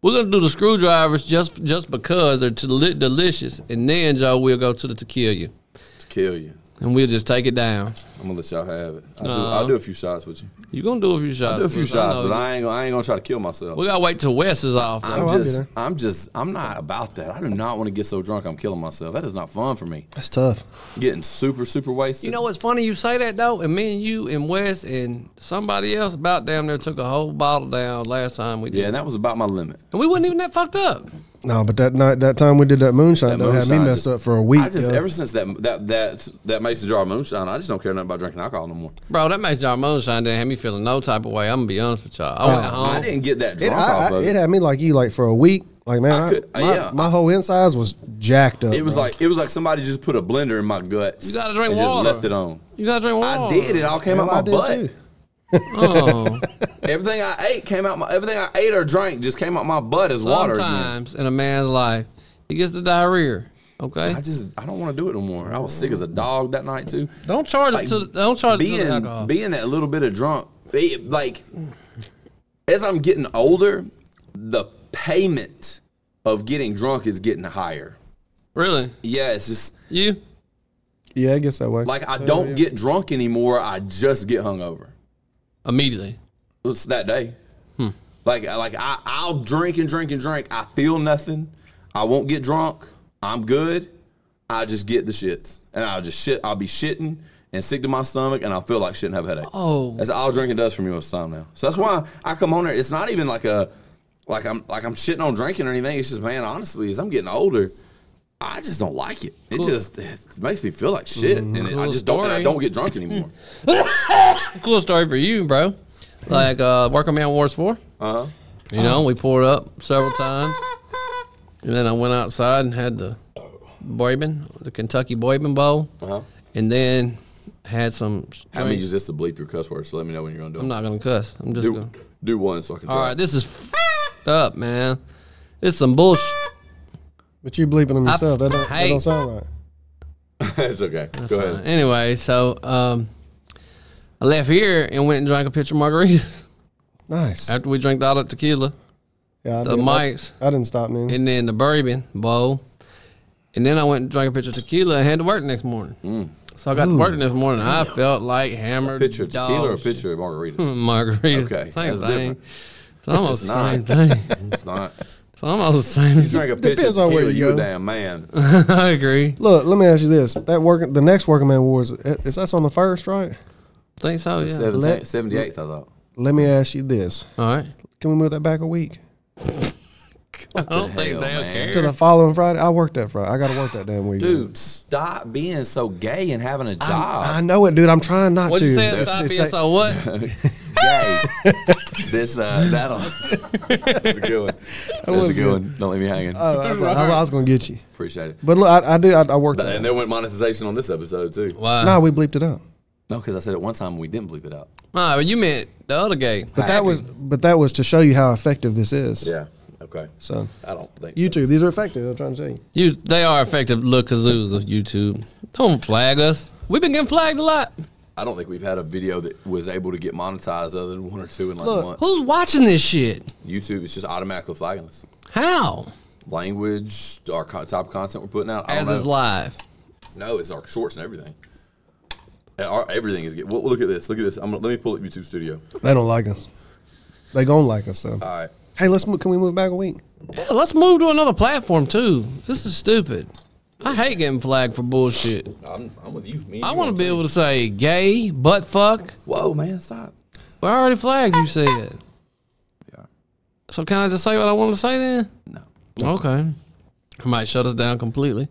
S2: We're gonna do the screwdrivers just just because they're too delicious, and then Joe, we'll go to the tequila,
S1: to kill you.
S2: and we'll just take it down.
S1: I'm gonna let y'all have it. I'll, do, I'll do a few shots with you.
S2: You gonna do a few shots?
S1: I'll do a few
S2: with us,
S1: shots,
S2: know
S1: but
S2: you-
S1: I ain't gonna, I ain't gonna try to kill myself.
S2: We gotta wait till Wes is off. though.
S1: I'm
S3: I'll be
S1: just,
S3: there.
S1: I'm just, I'm not about that. I do not want to get so drunk I'm killing myself. That is not fun for me.
S3: That's tough.
S1: Getting super, super wasted.
S2: You know what's funny? You say that though, and me and you and Wes and somebody else about damn near took a whole bottle down last time we did,
S1: Yeah, and that was about my limit.
S2: and we wasn't even that fucked up.
S3: No, but that night, that time we did that
S1: That
S3: moonshine, though, had me
S1: moonshine
S3: messed
S1: just-
S3: up for a week.
S1: I just
S3: yo.
S1: ever since that that that that makes the jar of moonshine, I just don't care nothing about drinking alcohol no more.
S2: Bro, that makes y'all moonshine didn't have me feeling no type of way. I'm gonna be honest with y'all. I went home.
S1: Oh, I didn't get that
S3: it,
S1: drunk
S3: I,
S1: off
S3: I,
S1: of
S3: it
S1: it.
S3: had me like you, like for a week. Like man,
S1: I
S3: I
S1: could- uh,
S3: my,
S1: yeah.
S3: my whole insides was jacked up.
S1: It was
S3: bro.
S1: like it was like somebody just put a blender in my guts.
S2: You gotta drink
S1: and
S2: water.
S1: Just left it on.
S2: You gotta drink water.
S1: I did. It all came
S3: Hell,
S1: out my
S3: I did
S1: butt.
S3: too. <laughs>
S2: Oh,
S1: Everything I ate came out. My, everything I ate or drank just came out my butt as water. Again.
S2: sometimes in a man's life, he gets the diarrhea. Okay,
S1: I just I don't want to do it no more. I was sick as a dog that night too.
S2: don't charge
S1: Like,
S2: it to. Don't charge it to the
S1: being
S2: alcohol.
S1: being that little bit of drunk, it- like as I'm getting older, the payment of getting drunk is getting higher.
S2: really,
S1: Yeah, it's just
S2: you?
S3: Yeah, I guess that way.
S1: like I don't get drunk anymore. I just get hungover.
S2: Immediately.
S1: It's that day.
S2: Hmm.
S1: Like I- like I I'll drink and drink and drink. I feel nothing. I won't get drunk. I'm good. I just get the shits, and I'll just shit. I'll be shitting and sick to my stomach, and I'll feel like shit and have a headache.
S2: Oh.
S1: that's all drinking does for me with time now. So that's why I come on there. It's not even like a like I'm like I'm shitting on drinking or anything. It's just man, honestly, as I'm getting older. I just don't like it. It just it makes me feel like shit, and it, I
S2: Cool
S1: just don't. And I
S2: story.
S1: don't get drunk
S2: <laughs>
S1: anymore.
S2: Cool story for you, bro. Like uh, working man wars four.
S1: Uh huh.
S2: You know, we poured up several times. And then I went outside and had the bourbon, the Kentucky bourbon bowl.
S1: Uh-huh.
S2: And then had some
S1: How many
S2: drinks.
S1: use this to bleep your cuss words? So let me know when you're gonna do.
S2: I'm
S1: them.
S2: not going to cuss. I'm just
S1: do,
S2: going to.
S1: do one so I can.
S2: All
S1: try.
S2: right, this is f***ed up, man. It's some bullshit.
S3: but you bleeping them
S2: I-
S3: yourself. That don't, that
S2: hey.
S3: don't sound
S1: <laughs>
S3: right.
S1: it's okay. Go ahead.
S2: Uh, Anyway, so um, I left here and went and drank a pitcher of margaritas <laughs>
S3: Nice.
S2: after we drank all that tequila,
S3: yeah, I
S2: the
S3: did.
S2: mics,
S3: I, I didn't stop noon.
S2: and then the bourbon bowl. And then I went and drank a pitcher of tequila and had to work the next morning. So I got to work the next morning. and I felt like hammered.
S1: Picture of
S2: dog
S1: tequila or Mm. a
S2: shit.
S1: picture of <laughs> margarita?
S2: <laughs> margarita.
S1: Okay,
S2: Same
S1: that's
S2: thing.
S1: different.
S2: It's almost the
S1: not.
S2: same thing.
S1: It's not.
S2: It's almost the same.
S1: You drink a picture
S3: Depends
S1: of
S3: on where
S1: tequila,
S3: you
S1: you a
S3: go.
S1: damn man.
S2: <laughs> I agree.
S3: Look, let me ask you this: that working, the next working man awards, i- is that's on the first, right?
S2: think so, yeah.
S1: 17
S3: Let-
S1: 78th, I thought.
S3: Let me ask you this:
S2: All right.
S3: Can we move that back a week
S2: I don't think
S1: hell,
S2: they'll
S1: man?
S3: to
S2: care.
S3: the following Friday? I work that Friday. I got to work that damn week.
S1: Dude, stop being so gay and having a
S3: I
S1: job.
S3: know it, dude. I'm trying not
S2: What
S3: to.
S2: you saying?
S3: but
S2: Stop
S3: it
S2: being
S3: take-
S2: so what?
S1: <laughs> Gay. <laughs> this, uh, that'll. <laughs> That's a good one. That's a good one. Don't leave me hanging.
S3: Oh, I, was- I was going to get you,
S1: Appreciate it. Uh,
S3: but look, I, I do. I, I worked.
S1: And
S2: uh,
S3: That.
S1: there went monetization on this episode, too.
S2: Wow.
S3: No, we bleeped it up.
S1: No, because I said at one time we didn't bleep it out.
S2: Ah, but you meant the other gay.
S3: But that was, but that was to show you how effective this is.
S1: Yeah. Okay.
S3: So
S1: I don't think so.
S3: YouTube, these are effective. I'm trying to tell you.
S2: You, they are effective little kazoos of YouTube. Don't flag us. We've been getting flagged a lot.
S1: I don't think we've had a video that was able to get monetized other than one or two in like
S3: Look.
S1: months.
S2: Who's watching this shit?
S1: YouTube is just automatically flagging us.
S2: How?
S1: Language, our co- type of content we're putting out. I
S2: As
S1: don't
S2: is
S1: know.
S2: live.
S1: no, it's our shorts and everything. Uh, Our, everything is good. Well, look at this. Look at this. I'm gonna, let me pull up YouTube Studio.
S3: They don't like us. They gonna like us though.
S1: All right.
S3: hey, let's move, can we move back a week?
S2: Yeah, let's move to another platform too. This is stupid. I hate getting flagged for bullshit.
S1: I'm, I'm with you. Me and
S2: I
S1: you
S2: want
S1: on
S2: to be
S1: team.
S2: able to say gay, butt fuck.
S1: Whoa, man, stop.
S2: Well, I already flagged you said.
S1: Yeah.
S2: So can I just say what I want to say then?
S1: No.
S2: Okay. I might shut us down completely.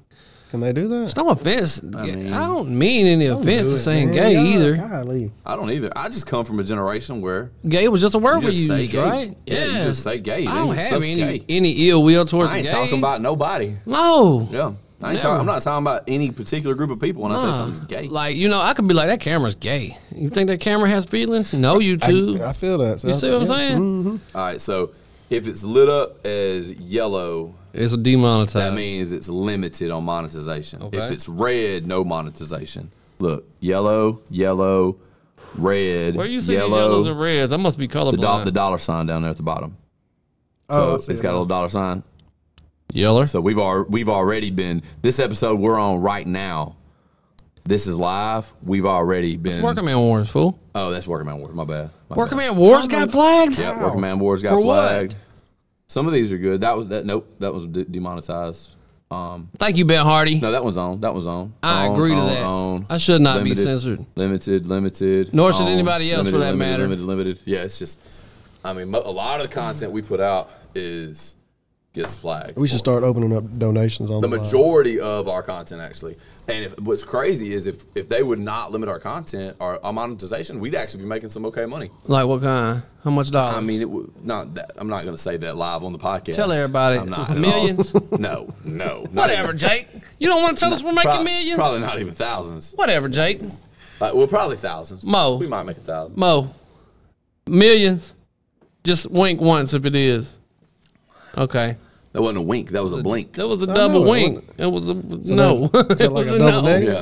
S3: Can they do that?
S2: It's no offense. I, don't mean any offense to saying
S3: Man,
S2: gay
S3: God,
S2: either.
S3: Oh, golly.
S1: I don't either. I just come from a generation where
S2: Gay was just a word
S1: You
S2: we
S1: just say
S2: used,
S1: gay.
S2: right?
S1: Yeah, you just say gay.
S2: I don't
S1: Then
S2: have
S1: stuff's
S2: any
S1: gay.
S2: any ill will towards
S1: I ain't
S2: the
S1: talking
S2: gays.
S1: about nobody.
S2: no.
S1: Yeah. I ain't
S2: Never.
S1: talk, I'm not talking about any particular group of people when I say something's gay.
S2: Uh, Like you know, I could be like that camera's gay. You think that camera has feelings? No, you do.
S3: I feel that. So
S2: You
S3: I-
S2: see what I'm
S3: yeah.
S2: saying?
S1: All right, so if it's lit up as yellow,
S2: It's a demonetized.
S1: that means it's limited on monetization. If
S2: Okay.
S1: it's red, no monetization. Look, yellow, yellow, red,
S2: Where you see these
S1: yellow,
S2: yellows and reds? I must be colorblind.
S1: the, do- the dollar sign down there at the bottom.
S3: Oh,
S1: So
S3: I see
S1: it's
S3: it
S1: got a
S3: now.
S1: little dollar sign.
S2: Yeller.
S1: So we've al- we've already been this episode we're on right now. This is live. We've already been.
S2: Working man wars, fool.
S1: Oh, that's Working Man Wars. My bad. My
S2: Working
S1: bad.
S2: man wars got flagged.
S1: Yeah, Working Man Wars got
S2: For what?
S1: flagged. Some of these are good. That was that. Nope, that was de- demonetized. Um,
S2: Thank you, Ben Hardy.
S1: no, that one's on. That one's on.
S2: I
S1: On,
S2: agree to
S1: on,
S2: that.
S1: on.
S2: I should not be censored.
S1: Limited, limited.
S2: Nor should anybody else, for that
S1: limited,
S2: matter.
S1: Limited, limited. Yeah, it's just. I mean, mo- a lot of the content we put out is gets flagged.
S3: We should start opening up donations on
S1: the
S3: the, live.
S1: majority of our content actually. And if, what's crazy is if if they would not limit our content or our monetization, we'd actually be making some okay money.
S2: Like what kind? How much dollars?
S1: I mean, it would not. That, I'm not going to say that live on the podcast.
S2: Tell everybody.
S1: I'm not at all.
S2: <laughs> Millions?
S1: no, no, not
S2: Whatever,
S1: even-
S2: Jake. You don't want to tell us we're making
S1: prob-
S2: millions?
S1: Probably not even thousands.
S2: Whatever, Jake.
S1: Uh, well, probably thousands.
S2: Mo.
S1: we might make a thousand.
S2: Mo. Millions. Just wink once if it is. Okay.
S1: That wasn't a wink. That was a blink.
S2: That was a double
S3: know, it
S2: wink. It was a no.
S3: that's- <laughs> so
S2: It
S3: like
S2: was
S3: a
S2: no.
S3: double negative?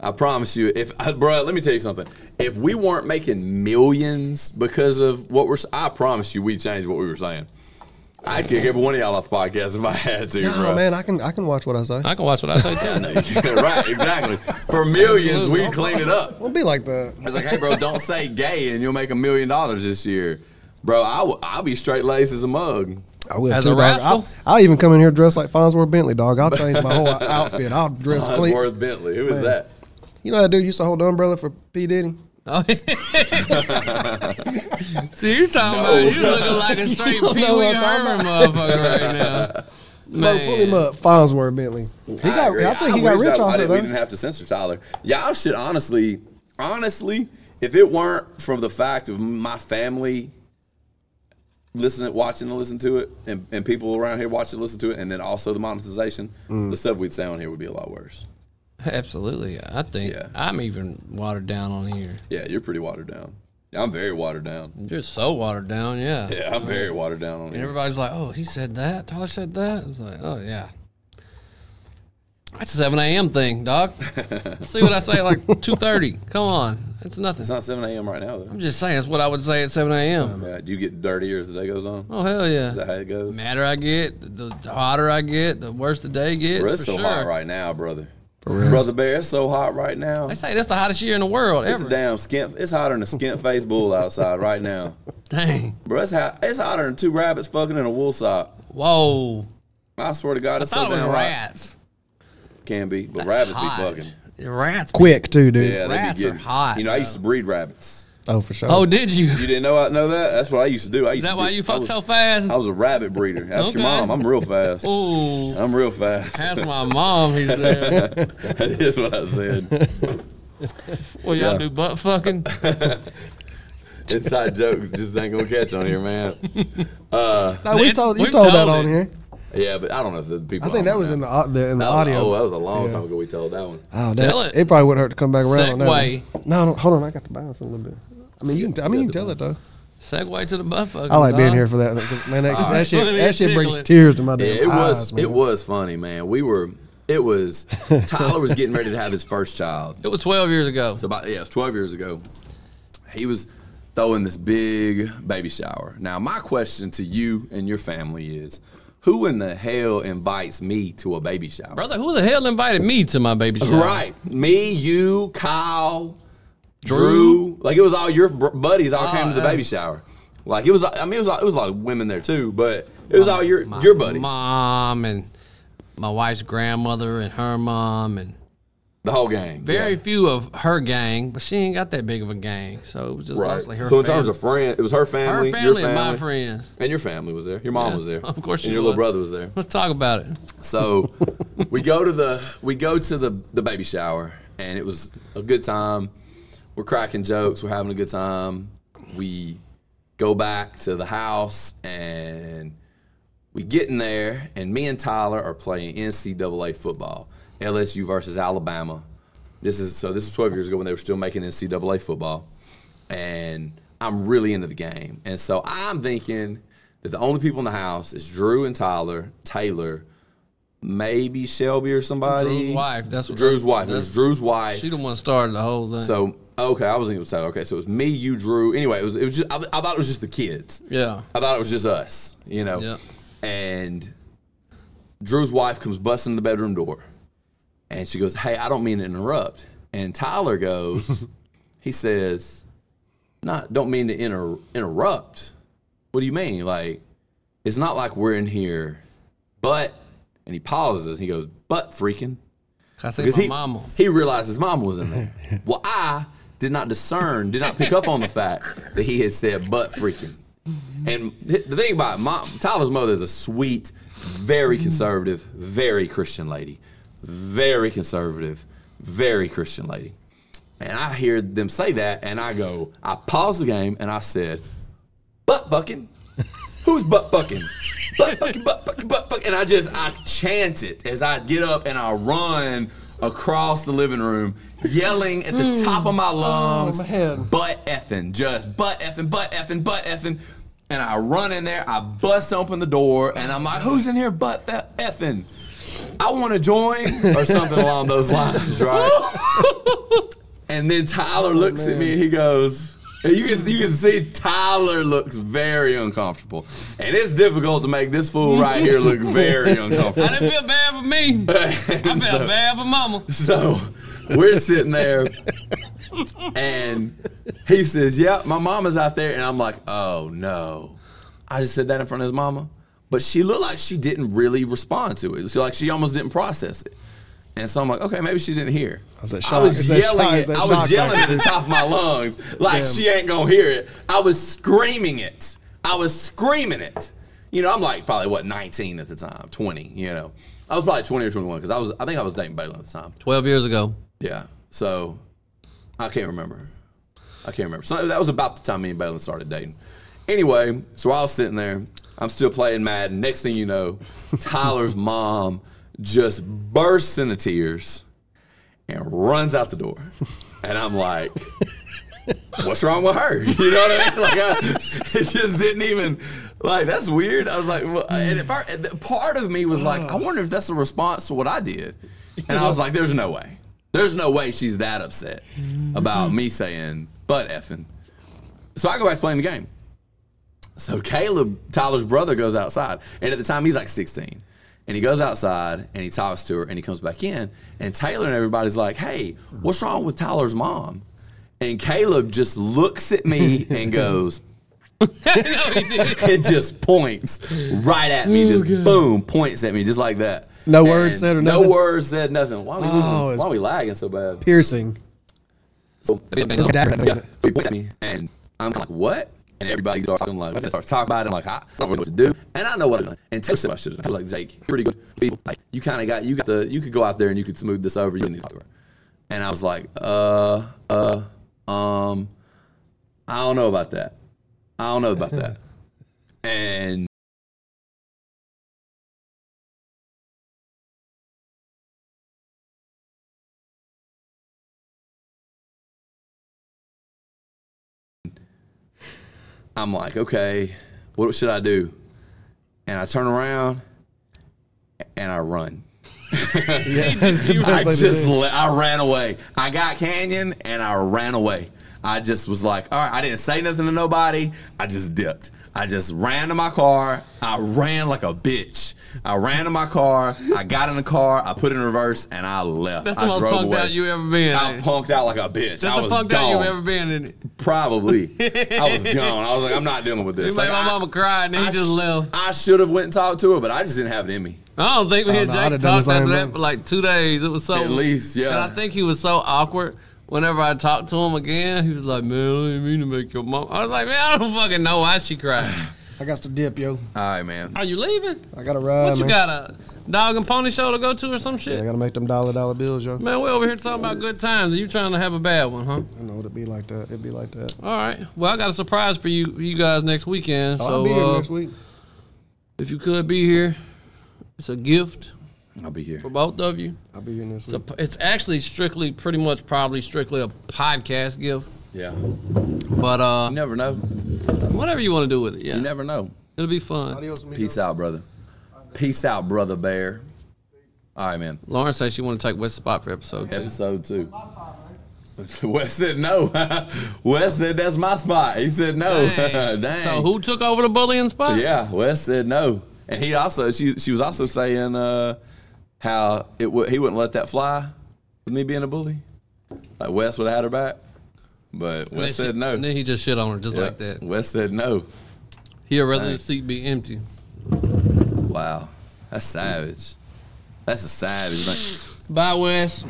S1: Yeah. I promise you, if <laughs> uh, bruh, let me tell you something. If we weren't making millions because of what we're, s- I promise you, we'd change what we were saying. I'd kick every one of y'all off the podcast if I had to,
S3: Oh
S1: bro.
S3: man, I can I can watch what I say.
S2: I can watch what I say
S1: <laughs>
S2: too.
S1: right, exactly. For millions, we'd clean it up.
S3: We'll be like the
S1: It's like, hey, bro, don't say gay, and you'll make a million dollars this year, bro. I will. I'll be straight laced as a mug.
S3: I will
S2: As
S3: too,
S2: a
S3: dog.
S2: rascal?
S3: I'll, I'll even come in here dressed like Fonsworth Bentley, dog. I'll change
S1: <laughs>
S3: my whole outfit. I'll dress clean.
S1: Worth Bentley. Who is that?
S3: You know that dude used to hold the umbrella for P Diddy.
S2: Oh. <laughs> See, you're talking about <laughs> you looking like a straight Pee Wee
S3: know what I'm talking
S2: Herman motherfucker right <laughs> now.
S3: Mo, pull him
S2: Man.
S3: up, Fonsworth Bentley. He got.
S1: agree.
S3: I, think he
S1: wish
S3: got rich
S1: I, I
S3: off it
S1: didn't, We
S3: though.
S1: didn't have to censor Tyler. Y'all should honestly, honestly, if it weren't from the fact of my family listening, watching and listening to it, and, and people around here watching and listening to it, and then also the monetization,
S3: Mm.
S1: the stuff we'd say on here would be a lot worse.
S2: Absolutely. I think
S1: Yeah.
S2: I'm even watered down on here.
S1: Yeah, you're pretty watered down. I'm very watered down.
S2: You're so watered down, yeah.
S1: Yeah, I'm very watered down on
S2: And
S1: here.
S2: everybody's like, oh, he said that. Tyler said that. It's like, oh, yeah. That's a 7 a.m. thing,
S3: <laughs>
S2: dog. See what I say at like 2.30. Come on. It's nothing.
S1: It's not 7 a.m. right now, though.
S2: I'm just saying, it's what I would say at 7 a.m.
S1: Yeah, do you get dirtier as the day goes on?
S2: Oh, hell yeah.
S1: Is that how it goes?
S2: The madder I get, the, the hotter I get, the worse the day gets.
S1: Bro,
S2: for
S1: it's so
S2: sure.
S1: hot right now, brother. Brother Bear, it's so hot right now.
S2: They say that's the hottest year in the world
S1: It's a
S2: ever.
S1: damn skimp. It's hotter than a
S2: <laughs>
S1: skimp face bull outside right now,
S2: Dang.
S1: bro. It's hot. It's hotter than two rabbits fucking in a wool sock.
S2: Whoa.
S1: I swear to God,
S2: I
S1: it's
S2: thought
S1: so
S2: it was
S1: damn hot.
S2: rats.
S1: Can be, but
S2: That's
S1: rabbits
S2: hot.
S1: be fucking.
S2: Rats.
S3: Quick too, dude.
S1: Yeah,
S2: Rats
S1: they
S2: are
S1: be getting
S2: hot,
S1: You know, I used to breed rabbits.
S3: Oh, for sure.
S2: Oh,
S1: <laughs>
S2: did you?
S1: You didn't know I know that. That's what I used to do. I used
S2: Is that
S1: to
S2: why
S1: be-
S2: you
S1: I
S2: fuck
S1: was-
S2: so fast?
S1: I was a rabbit breeder. Ask
S2: Okay.
S1: your mom. I'm real fast.
S2: Ooh.
S1: I'm real fast.
S2: That's
S1: <laughs>
S2: my mom. He said,
S1: that is what I
S2: <laughs>
S1: said.
S2: "Well, y'all
S1: Yeah.
S2: do
S1: <laughs>
S2: butt fucking."
S1: Inside jokes just ain't gonna catch on here, man.
S3: no, we
S2: it's-
S3: told you
S2: we've
S3: told that
S2: told
S3: on
S2: it.
S3: here.
S1: Yeah, but I don't know if the people.
S3: I think that was in the, au- the in the
S1: That was-
S3: audio.
S1: Oh, that was a long time ago. We told that one.
S3: Oh, that,
S2: Tell it.
S3: it. probably wouldn't hurt to come back around on that.
S2: Segway.
S3: one. No, no, hold on. I got to bounce a little bit. I mean, you can. t- I mean, you can tell it though.
S2: Segue to the butt fucking.
S3: I like being
S2: dog.
S3: here for that. Man, that,
S1: <laughs>
S3: that shit,
S2: Look at
S3: that
S2: me
S3: shit brings
S2: tickling.
S3: tears to my
S1: Yeah,
S3: damn
S1: it
S3: eyes.
S1: was
S3: man.
S1: it was funny, man. We were it
S3: <laughs>
S1: was Tyler was getting ready to have his first child.
S2: It was 12 years ago.
S1: It's about yeah, it was twelve years ago. He was throwing this big baby shower. Now my question to you and your family is who in the hell invites me to a baby shower?
S2: Brother, who the hell invited me to my baby shower?
S1: Right. Me, you, Kyle,
S2: Drew.
S1: Drew. Like it was all your br- buddies all came to the
S2: Oh, yeah.
S1: baby shower. Like it was I mean it was all, it was a lot of women there too, but it was all your your buddies.
S2: Mom and my wife's grandmother and her mom and
S1: the whole gang.
S2: very
S1: yeah.
S2: few of her gang, but she ain't got that big of a gang, so it was just
S1: Right.
S2: mostly her.
S1: so in
S2: fam-
S1: terms of friend, it was her
S2: her
S1: family,
S2: family,
S1: your
S2: and
S1: family,
S2: my friends.
S1: and your family was there. Your mom was there.
S2: of course
S1: and
S2: she
S1: your little
S2: was.
S1: brother was there.
S2: Let's talk about it. <laughs>
S1: So we go to the we go to the the baby shower, and it was a good time. We're cracking jokes. We're having a good time. We go back to the house, and we get in there, and me and Tyler are playing NCAA football, LSU versus Alabama. This is so. This is 12 years ago when they were still making NCAA football, and I'm really into the game. And so I'm thinking that the only people in the house is Drew and Tyler, Taylor, maybe Shelby or somebody.
S2: Drew's wife. That's what
S1: Drew's
S2: that's-
S1: wife. It was Drew's wife.
S2: She the one started the whole thing.
S1: So Okay, I wasn't even saying. Okay, so it was me, you, Drew. Anyway, it was it was just I, I thought it was just the kids.
S2: Yeah.
S1: I thought it was just us, you know.
S2: Yeah.
S1: And Drew's wife comes busting the bedroom door, and she goes, "Hey, I don't mean to interrupt." And Tyler goes, he says, "Not don't mean to inter- interrupt. What do you mean? Like, it's not like we're in here, but." And he pauses and he goes, "But freaking."
S2: I say
S1: Because
S2: my
S1: he,
S2: mama.
S1: he realized his mom was in there. well, I did not discern, did not pick up on the fact that he had said butt freaking. And hi- the thing about mom, Tyler's mother is a sweet, very conservative, very Christian lady. Very conservative, very Christian lady. And I hear them say that, and I go, I paused the game, and I said, butt fucking. Who's butt fucking? Butt fucking, butt fucking, butt fucking. And I just, I chant it as I get up and I run across the living room, yelling at the top of my lungs,
S3: man.
S1: butt effing, just butt effing, butt effing, butt effing. And I run in there, I bust open the door, and I'm like, who's in here butt that effing? I want to join, or something along those lines, right? and then Tyler looks at me and he goes, and you can you can see Tyler looks very uncomfortable, and it's difficult to make this fool right here look very
S2: I
S1: uncomfortable.
S2: didn't feel bad
S1: <laughs>
S2: for me. I
S1: And
S2: felt
S1: so-
S2: bad for mama.
S1: so we're sitting there, and he says, "Yeah, my mama's out there," and I'm like, "Oh no!" I just said that in front of his mama, but she looked like she didn't really respond to it. She like she almost didn't process it, and so I'm like, "Okay, maybe she didn't hear."
S3: Is that
S1: I
S3: shock? Is
S1: was
S3: that
S1: yelling
S3: shock? Is
S1: it.
S3: that
S1: I
S3: shock
S1: was yelling at
S3: factor?
S1: the top of my lungs like
S3: Damn.
S1: she ain't gonna hear it. I was screaming it. I was screaming it. You know, I'm like probably what 19 at the time, 20. You know, I was probably 20 or 21 because I was. I think I was dating Baylor at the time.
S2: 12 years ago.
S1: Yeah. So I can't remember. I can't remember. So that was about the time me and Balin started dating. Anyway, so I was sitting there. I'm still playing Madden. Next thing you know, Tyler's mom just bursts into tears and runs out the door. And I'm like, what's wrong with her? <laughs> You know what I mean? Like, I, it just didn't even, like, that's weird. I was like, well, and if I, and the- part of me was like, I wonder if that's a response to what I did. And I was like, there's no way. There's no way she's that upset about me saying butt effing. So I go back playing the game. So Caleb, Tyler's brother, goes outside. And at the time, he's like 16. And he goes outside and he talks to her and he comes back in. And Taylor and everybody's like, hey, what's wrong with Tyler's mom? And Caleb just looks at me and goes, <laughs> it just points right at me, just boom, points at me, just like that.
S3: No words said or
S1: No
S3: nothing?
S1: words said, nothing. Why are we,
S3: Oh,
S1: losing-
S3: it's-
S1: why are we lagging so bad? <laughs>
S3: Piercing.
S1: Yeah, he points at me, and I'm kinda like, what? And everybody starts talking like, starts talking about it. I'm like, I don't know what to do, and I know what I'm doing. And Taylor said I should have. I was like, Jake, pretty good people. Like, you kind of got, you got the, you could go out there and you could smooth this over. You didn't need to talk to her. And I was like, uh, uh, um, I don't know about that. I don't know about that. And I'm like, okay, what should I do? And I turn around and I run.
S3: Yeah, that's the
S1: I
S3: best thing to
S1: just
S3: do.
S1: le- I ran away. I got Canyon and I ran away. I just was like, all right, I didn't say nothing to nobody. I just dipped. I just ran to my car. I ran like a bitch. I ran to my car. I got in the car. I put it in reverse and I left.
S2: That's
S1: I
S2: the most
S1: drove
S2: punked
S1: away.
S2: out you ever been.
S1: I
S2: eh?
S1: punked out like a bitch.
S2: That's
S1: I
S2: the
S1: was
S2: punked out
S1: gone.
S2: you ever been in.
S1: Probably. I
S2: <laughs>
S1: was gone. I was like, I'm not dealing with
S2: You
S1: this.
S2: made
S1: Like,
S2: my
S1: I-
S2: mama cry and then he
S1: I
S2: just
S1: sh-
S2: left.
S1: I should have went and talked to her, but I just didn't have it in me.
S2: I don't think we had
S3: no, I'd
S2: Jake
S3: have done the
S2: talked after
S3: same
S2: that
S3: thing.
S2: for like two days. It was so
S1: At least, yeah.
S2: And I think he was so awkward. Whenever I talked to him again, he was like, "Man, I didn't mean to make your mom." I was like, "Man, I don't fucking know why she
S3: <sighs>
S2: cried."
S3: I got to dip, yo.
S1: All right, man.
S2: Are you leaving?
S3: I got to ride.
S2: What you
S3: man.
S2: got a dog and pony show to go to or some
S3: I
S2: shit?
S3: got to make them dollar dollar bills, yo.
S2: Man, we over here talking about good times. and You trying to have a bad one, huh?
S3: I know it'd be like that. It'd be like that.
S2: All right. Well, I got a surprise for you, you guys next weekend.
S3: Oh, I'll
S2: so
S3: be here
S2: uh,
S3: next week.
S2: if you could be here, it's a gift
S1: I'll be here.
S2: for both of you.
S3: I'll be here next
S2: It's,
S3: week.
S2: a, it's actually strictly, pretty much, probably strictly a podcast gift.
S1: Yeah.
S2: But uh,
S1: You never know.
S2: whatever you want to do with it, yeah,
S1: You never know.
S2: it'll be fun.
S3: Adios, amigo.
S1: Peace out, brother. Peace out, brother bear. All right, man.
S2: Lauren says she want to take West spot for episode two.
S1: Episode two. <laughs> Wes said no. <laughs> Wes said that's my spot. He said no. Oh, <laughs> Dang.
S2: So who took over the bullying spot?
S1: Yeah, Wes said no, and he also she she was also saying uh, how it would he wouldn't let that fly with me being a bully. Like Wes would have had her back, but
S2: And then
S1: Wes
S2: she-
S1: said no.
S2: And then he just shit on her just
S1: Yeah.
S2: like that.
S1: Wes said no.
S2: He'd rather the seat be empty.
S1: Wow, that's savage. That's a savage thing.
S2: Bye, Wes.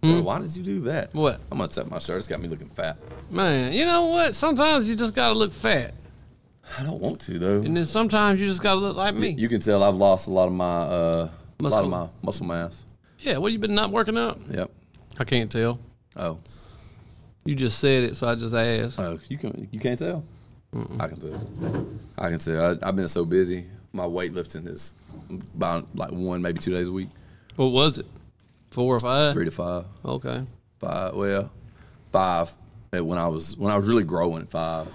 S1: Bro, Why did you do that?
S2: Hmm? What?
S1: I'm gonna tuck my shirt. It's got me looking fat.
S2: Man, you know what? Sometimes you just gotta look fat.
S1: I don't want to though.
S2: And then sometimes you just gotta look like me.
S1: You can tell I've lost a lot of my uh, a lot
S2: Muscle.
S1: of my muscle mass.
S2: yeah, what you been not working out?
S1: Yep.
S2: I can't tell.
S1: Oh.
S2: You just said it, so I just asked.
S1: Oh, you can you can't tell. I can tell. I can tell. I, I've been so busy. My weightlifting is about like one, maybe two days a week,
S2: What was it? Four or five?
S1: three to five,
S2: Okay.
S1: five. Well, five. eh, When I was when I was really growing, five,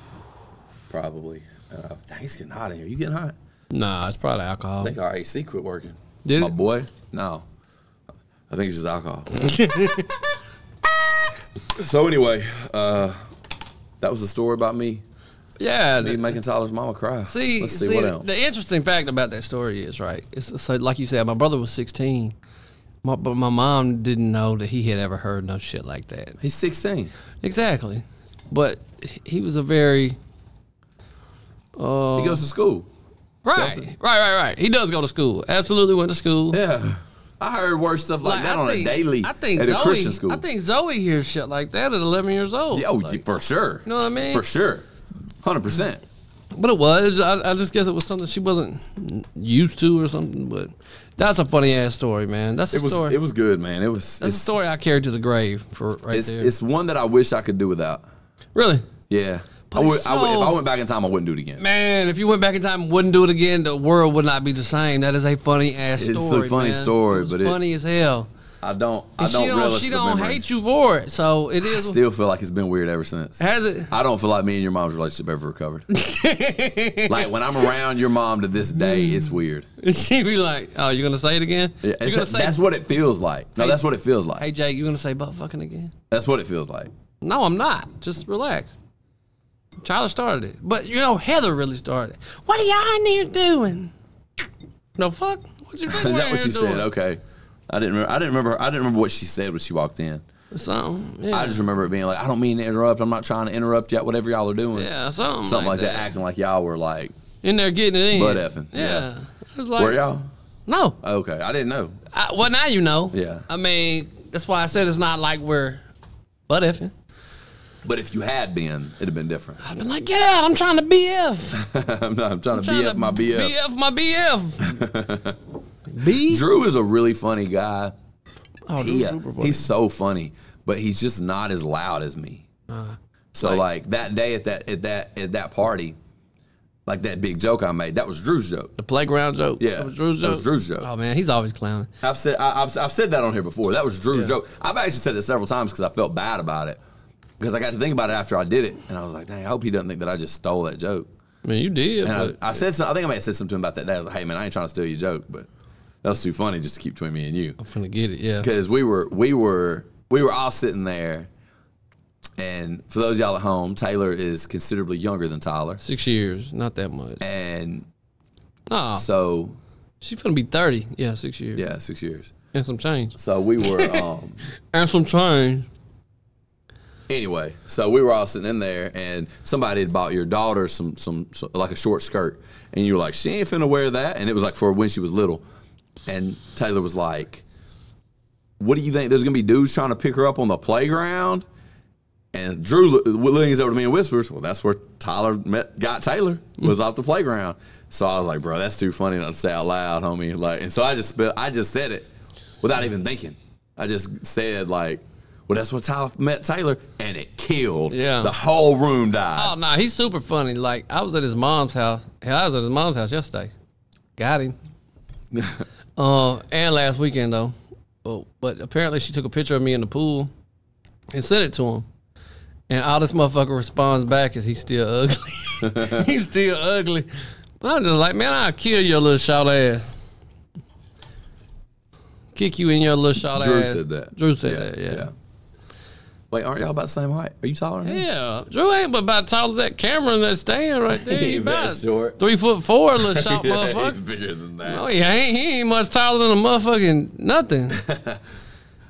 S1: probably. Uh, dang, it's getting hot in here. You getting hot?
S2: Nah, it's probably alcohol.
S1: I think our AC quit working.
S2: Did
S1: My
S2: it?
S1: boy? No. I think it's just
S2: <laughs>
S1: alcohol. so anyway, uh, that was the story about me.
S2: Yeah.
S1: Me
S2: the-
S1: making Tyler's mama cry.
S2: See,
S1: Let's see,
S2: see,
S1: what else.
S2: the interesting fact about that story is right. It's so, like you said, my brother was sixteen, my, but my mom didn't know that he had ever heard no shit like that.
S1: He's 16.
S2: Exactly, but he was a very
S1: he
S2: Oh.
S1: goes to school.
S2: right, right, right, right. He does go to school. Absolutely went to school.
S1: Yeah. I heard worse stuff like, that
S2: I
S1: on
S2: think-
S1: a daily
S2: I think
S1: at
S2: Zoe,
S1: a Christian school.
S2: I think Zoe hears shit like that at eleven years old.
S1: yeah, oh,
S2: Like,
S1: for sure.
S2: You know what I mean?
S1: For sure. 100%.
S2: But it was. I, I just guess it was something she wasn't used to or something. But that's a funny ass story, man. That's a
S1: It was
S2: story.
S1: it was good, man. It was
S2: That's a
S1: it's,
S2: story I carried to the grave for right
S1: it's,
S2: there.
S1: it's one that I wish I could do without.
S2: really,
S1: Yeah. I
S2: it's
S1: would, I would, if
S2: so-
S1: I went back in time, I wouldn't do it again.
S2: man. If you went back in time, and wouldn't do it again. The world would not be the same. That is a funny ass
S1: It's a
S2: story.
S1: funny
S2: man.
S1: story,
S2: It was
S1: but it-
S2: funny as hell.
S1: I don't. I
S2: And
S1: don't
S2: she don't.
S1: relish
S2: She
S1: the
S2: don't
S1: memory.
S2: hate you for it. So it
S1: I
S2: is.
S1: still feel like it's been weird ever since.
S2: has it?
S1: I don't feel like me and your mom's relationship ever recovered.
S2: <laughs>
S1: like when I'm around your mom to this day,
S2: Mm.
S1: it's weird.
S2: she be like, "Oh, you're gonna say it again?
S1: Yeah,
S2: you're
S1: it's-
S2: gonna say,
S1: that's what it feels like. No, that's what it feels like.
S2: hey Jake, you're gonna say butt fucking again?
S1: That's what it feels like.
S2: No, I'm not. Just relax. Tyler started it, but you know Heather really started. it. What are y'all in here doing? No fuck. What you think
S1: <laughs> Is
S2: we're
S1: that
S2: in
S1: what
S2: here
S1: she
S2: doing?
S1: said? Okay. I didn't. Remember, I didn't remember. I didn't remember what she said when she walked in.
S2: Something. Yeah.
S1: I just remember it being like, I don't mean to interrupt. I'm not trying to interrupt yet. Whatever y'all are doing,
S2: yeah, something,
S1: something like that. acting like y'all were like,
S2: In there getting it in.
S1: Butt effing,
S2: Yeah.
S1: yeah.
S2: It was like,
S1: where y'all?
S2: No.
S1: Okay, I didn't know.
S2: I, well, now you know.
S1: Yeah.
S2: I mean, that's why I said it's not like we're butt effing.
S1: But if you had been, it'd have been different. <laughs>
S2: I've been like, get out. I'm trying to BF.
S1: I'm, not, I'm trying to
S2: Trying
S1: BF
S2: to
S1: my BF.
S2: BF my BF.
S1: <laughs>
S2: B?
S1: Drew is a really funny guy.
S2: Oh, dude,
S1: He, uh,
S2: super funny.
S1: he's so funny, but he's just not as loud as me.
S2: Uh-huh.
S1: so like, that day at that at that at that party, like that big joke I made, that was Drew's joke.
S2: the playground joke.
S1: Yeah,
S2: That was Drew's
S1: that
S2: joke.
S1: was Drew's joke.
S2: Oh, man. He's always clowning.
S1: I've said I, I've, I've said that on here before. That was Drew's joke. I've actually said it several times because I felt bad about it because I got to think about it after I did it, and I was like, dang, I hope he doesn't think that I just stole that joke.
S2: I mean, you did.
S1: And
S2: But,
S1: I, I said something. I think I may have said something to him about that day. I was like, hey man, I ain't trying to steal your joke, but that was too funny just to keep between me and you
S2: I'm finna get it. Yeah.
S1: because we were we were we were all sitting there, and for those of y'all at home, Taylor is considerably younger than Tyler,
S2: Six years. Not that much.
S1: and
S2: Nah.
S1: so
S2: She finna be 30. Yeah, six years.
S1: yeah, six years.
S2: And some change.
S1: So we were um,
S2: And some change.
S1: Anyway, so we were all sitting in there, and somebody had bought your daughter some, some, so- like a short skirt, and you were like, "She ain't finna wear that," and it was like for when she was little, and Taylor was like, "What do you think? There's gonna be dudes trying to pick her up on the playground?" And Drew lo- leans over to me and whispers, "Well, that's where Tyler met got Taylor
S2: Mm.
S1: was off the playground." So I was like, "Bro, that's too funny not to say out loud, homie." Like, and so I just spell, I just said it without even thinking. I just said like, "Well, that's where Tyler met Taylor," and it killed.
S2: Yeah.
S1: the whole room died.
S2: Oh no, he's super funny. Like I was at his mom's house. Hell, I was at his mom's house yesterday.
S1: <laughs>
S2: Got him. uh, and last weekend though, but but apparently she took a picture of me in the pool and sent it to him. And all this motherfucker responds back is he's still ugly. <laughs> he's still ugly. But I'm just like, man, I'll kill your little short ass. kick you in your little shot
S1: Drew
S2: ass.
S1: said that.
S2: Drew said that. Yeah. yeah.
S1: Wait, aren't y'all about the same height? Are you taller? than me?
S2: Drew ain't but about as tall as that camera in that stand right there.
S1: <laughs> He
S2: He
S1: ain't
S2: about
S1: that short.
S2: three foot four,
S1: <laughs>
S2: little short
S1: Yeah, he's
S2: motherfucker.
S1: bigger than that.
S2: No, he ain't. He ain't much taller than a motherfucking nothing.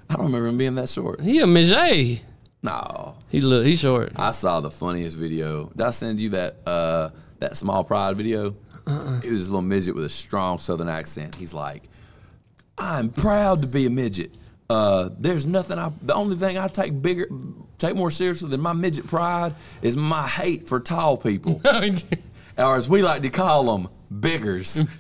S1: I don't remember him being that short.
S2: He a Mijay.
S1: No.
S2: He look. He short. <laughs>
S1: I saw the funniest video. Did I send you that uh, that small pride video?
S2: Uh-uh.
S1: It was a little midget with a strong southern accent. He's like, "I'm proud to be a midget. Uh, there's nothing. I the only thing I take bigger, take more seriously than my midget pride is my hate for tall
S2: <laughs>
S1: people, or as we like to call them."
S2: <laughs>
S1: Biggers, and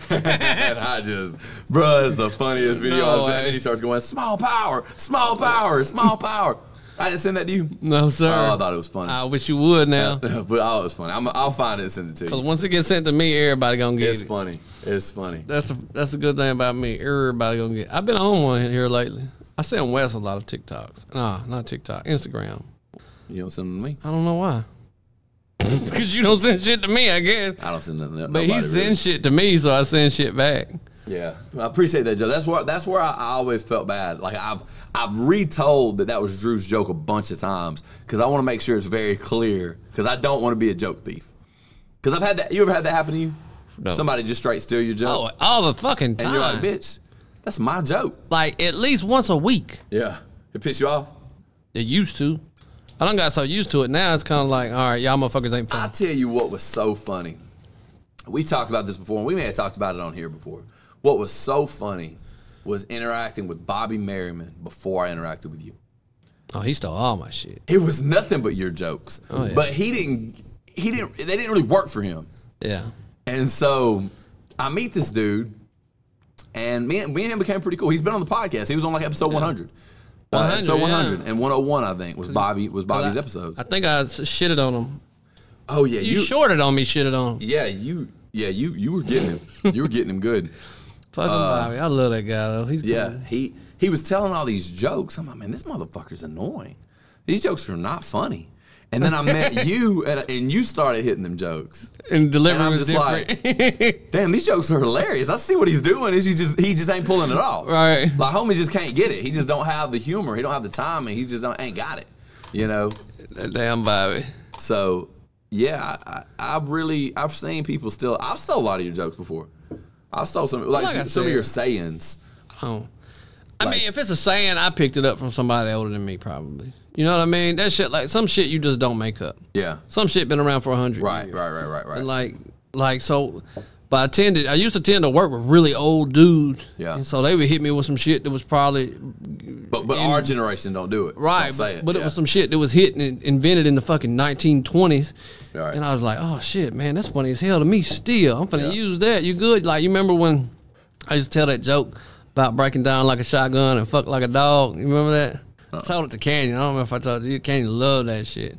S1: I just, bruh, it's the funniest video I've
S2: No
S1: seen. And
S2: way.
S1: then he starts going, "Small power, small power, small power." I didn't send that to you.
S2: no sir.
S1: Oh, I thought it was funny.
S2: I wish you
S1: <laughs>
S2: would now.
S1: but oh, it's funny. I'm, I'll find it and send it to
S2: 'Cause
S1: you.
S2: once it gets sent to me, everybody gonna get
S1: It's
S2: it.
S1: funny. It's funny.
S2: That's the that's the good thing about me. Everybody gonna get. I've been on one here lately. I send Wes a lot of TikToks. Nah, not TikTok. Instagram.
S1: You don't send them to me.
S2: I don't know why. <laughs> Cause you don't send shit to me, I guess.
S1: I don't send them. To
S2: But
S1: nobody
S2: he sends
S1: really.
S2: shit to me, so I send shit back.
S1: Yeah, I appreciate that, Joe. That's where that's where I, I always felt bad. Like I've I've retold that that was Drew's joke a bunch of times because I want to make sure it's very clear because I don't want to be a joke thief. Because I've had that. You ever had that happen to you?
S2: No.
S1: Somebody just straight steal your joke,
S2: Oh, all the fucking
S1: and
S2: time.
S1: you're like, "Bitch, that's my joke."
S2: Like, at least once a week.
S1: Yeah, it pissed you off.
S2: It used to. I don't got so used to it now. It's kind of like, all right, y'all motherfuckers ain't
S1: I
S2: fun.
S1: tell you what was so funny. We talked about this before, and we may have talked about it on here before. What was so funny was interacting with Bobby Merriman before I interacted with you.
S2: oh, he stole all my shit.
S1: It was nothing but your jokes,
S2: Oh, yeah.
S1: but he didn't. He didn't. They didn't really work for him.
S2: Yeah.
S1: And so I meet this dude, and me, and me and him became pretty cool. He's been on the podcast. He was on like episode 100. Uh,
S2: 100,
S1: episode
S2: yeah.
S1: 100 and 101, I think, was Bobby was Bobby's episodes.
S2: I think I s- shitted on him.
S1: oh yeah,
S2: You, shorted on me, shitted on him.
S1: Yeah, you. Yeah, you. You were getting him. you were getting him
S2: <laughs>
S1: good.
S2: Fucking Bobby. I love that guy, though. He's
S1: Uh, Yeah,
S2: cool.
S1: he he was telling all these jokes. I'm like, man, this motherfucker's annoying. These jokes are not funny. And then I
S2: <laughs>
S1: met you, and, and you started hitting them jokes.
S2: And delivery
S1: And I'm
S2: was
S1: just
S2: different. <laughs>
S1: Damn, these jokes are hilarious. I see what he's doing. Is he just he just ain't pulling it off?
S2: Right.
S1: Like homie just can't get it. He just don't have the humor. He don't have the time, and he just don't, ain't got it. You know.
S2: that damn Bobby.
S1: So yeah, I, I, I've really I've seen people still. I've stole a lot of your jokes before. I've stole some like,
S2: Like I
S1: some
S2: said.
S1: of your sayings.
S2: Oh. I mean, if it's a saying, I picked it up from somebody older than me, probably. You know what I mean? That shit, like some shit, you just don't make up.
S1: Yeah.
S2: Some shit been around for a hundred.
S1: Right.
S2: years.
S1: Right. Right. Right. Right.
S2: And like, like so. But I tended, I used to tend to work with really old dudes.
S1: Yeah.
S2: And so they would hit me with some shit that was probably
S1: But but our generation don't do it.
S2: right,
S1: Don't say
S2: but, but it was some shit that was hit and invented in the fucking 1920s.
S1: Right.
S2: And I was like, oh shit, man, that's funny as hell to me. Still, I'm finna use that. You good? Like you remember when I used to tell that joke about breaking down like a shotgun and fuck like a dog. You remember that?
S1: Uh-uh.
S2: I told it to Canyon. I don't know if I told you. Canyon loved that shit.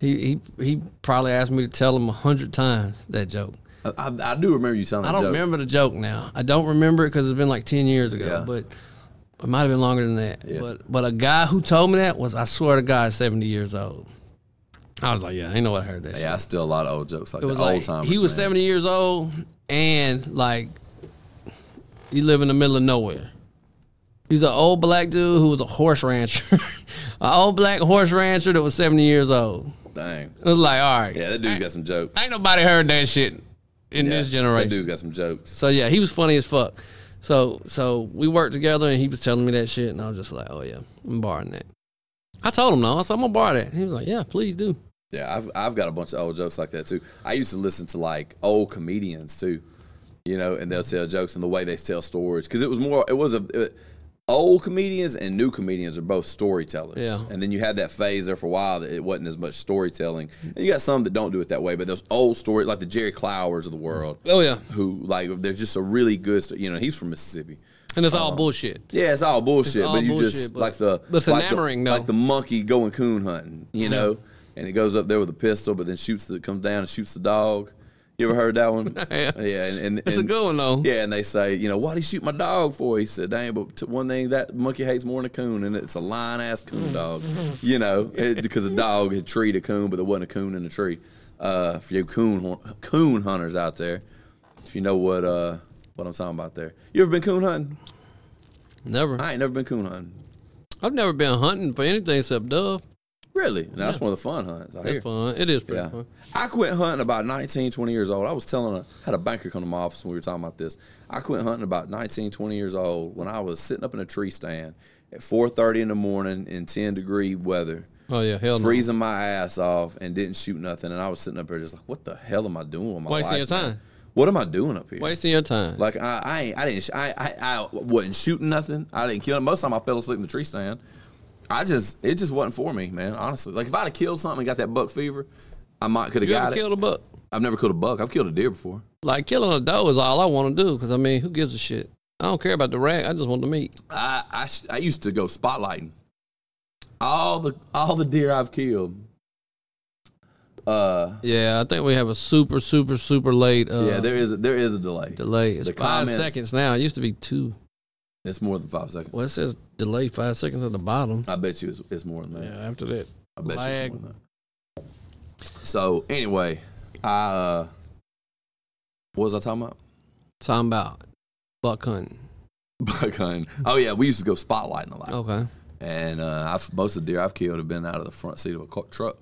S2: He he he probably asked me to tell him a hundred times that joke.
S1: I, I do remember you telling that
S2: I don't
S1: joke.
S2: remember the joke now. I don't remember it because it's been like ten years ago,
S1: Yeah.
S2: but it might have been longer than that. But but a guy who told me that was I swear to God seventy years old. I was like, yeah, I know what I heard that. shit.
S1: Yeah, I still a lot of old jokes like
S2: It was
S1: that.
S2: like
S1: old time.
S2: he was
S1: man.
S2: seventy years old and like he lived in the middle of nowhere. He's an old black dude who was a horse rancher, <laughs> an old black horse rancher that was seventy years old.
S1: Dang.
S2: It was like, all right,
S1: Yeah, that dude's got some jokes.
S2: ain't nobody heard that shit in this
S1: Yeah,
S2: generation.
S1: That dude's got some jokes.
S2: So yeah, he was funny as fuck. So so we worked together and he was telling me that shit and I was just like, Oh yeah, I'm borrowing that. I told him no, I said I'm gonna borrow that. He was like, Yeah, please do.
S1: Yeah, I've I've got a bunch of old jokes like that too. I used to listen to like old comedians too, you know, and they'll tell jokes and the way they tell stories because it was more it was a it- old comedians and new comedians are both storytellers.
S2: Yeah.
S1: And then you had that phase there for a while that it wasn't as much storytelling. And you got some that don't do it that way, but those old story like the Jerry Clowers of the world.
S2: Oh yeah.
S1: who like they're just a really good st- you know he's from mississippi
S2: And it's all
S1: Uh,
S2: bullshit.
S1: yeah it's all bullshit
S2: all
S1: but you
S2: bullshit,
S1: just
S2: but-
S1: like the
S2: but it's
S1: like
S2: enamoring,
S1: the,
S2: though.
S1: like the monkey going coon hunting you know and it goes up there with a pistol but then shoots the comes down and shoots the dog you ever heard that one
S2: <laughs> Yeah.
S1: and, and
S2: It's a
S1: and-
S2: good one, though.
S1: yeah and they say you know why'd he shoot my dog for he said dang but t- one thing that monkey hates more than a coon and it's a lion ass coon dog
S2: <laughs>
S1: you know it, because the dog had treed a coon but there wasn't a coon in the tree uh, for you coon hun- coon hunters out there if you know what uh what I'm talking about there. You ever been coon hunting?
S2: Never.
S1: I ain't never been coon hunting.
S2: I've never been hunting for anything except dove.
S1: Really? Now, that's one of the fun hunts. I
S2: That's
S1: hear.
S2: fun. It is pretty
S1: Yeah.
S2: fun.
S1: I quit hunting about 19, 20 years old. I was telling a had a banker come to my office and we were talking about this. I quit hunting about 19, 20 years old when I was sitting up in a tree stand at 4:30 in the morning in 10 degree weather,
S2: Oh yeah, hell no.
S1: freezing my ass off and didn't shoot nothing and I was sitting up there just like what the hell am I doing with my
S2: Wasting
S1: life,
S2: your time.
S1: man? What am I doing up here?
S2: Wasting your time.
S1: Like I, I, ain't, I didn't, sh- I, I, I wasn't shooting nothing. I didn't kill. Most of the time, I fell asleep in the tree stand. I just, it just wasn't for me, man. Honestly, like if I'd have killed something and got that buck fever, I might could have
S2: you ever
S1: got it.
S2: killed a buck?
S1: I've never killed a buck. I've killed a deer before.
S2: Like killing a doe is all I want to do. Because I mean, who gives a shit? I don't care about the rack. I just want the meat.
S1: I, I, sh- I used to go spotlighting. All the, all the deer I've killed. Uh,
S2: Yeah, I think we have a super, super, super late uh,
S1: yeah, there is, a, there is a delay.
S2: delay. It's
S1: the
S2: five
S1: comments-
S2: seconds now. It used to be two.
S1: It's more than five seconds.
S2: Well, it says delay five seconds at the bottom.
S1: I bet you it's, it's more than that.
S2: Yeah, after that.
S1: I bet
S2: Lag.
S1: you it's more than that. So anyway, I uh, what was I talking about? <laughs>
S2: Talking about buck hunting.
S1: Buck hunting. Oh yeah, we used to go spotlighting a lot,
S2: Okay.
S1: and uh, I've, most of the deer I've killed have been out of the front seat of a car- truck.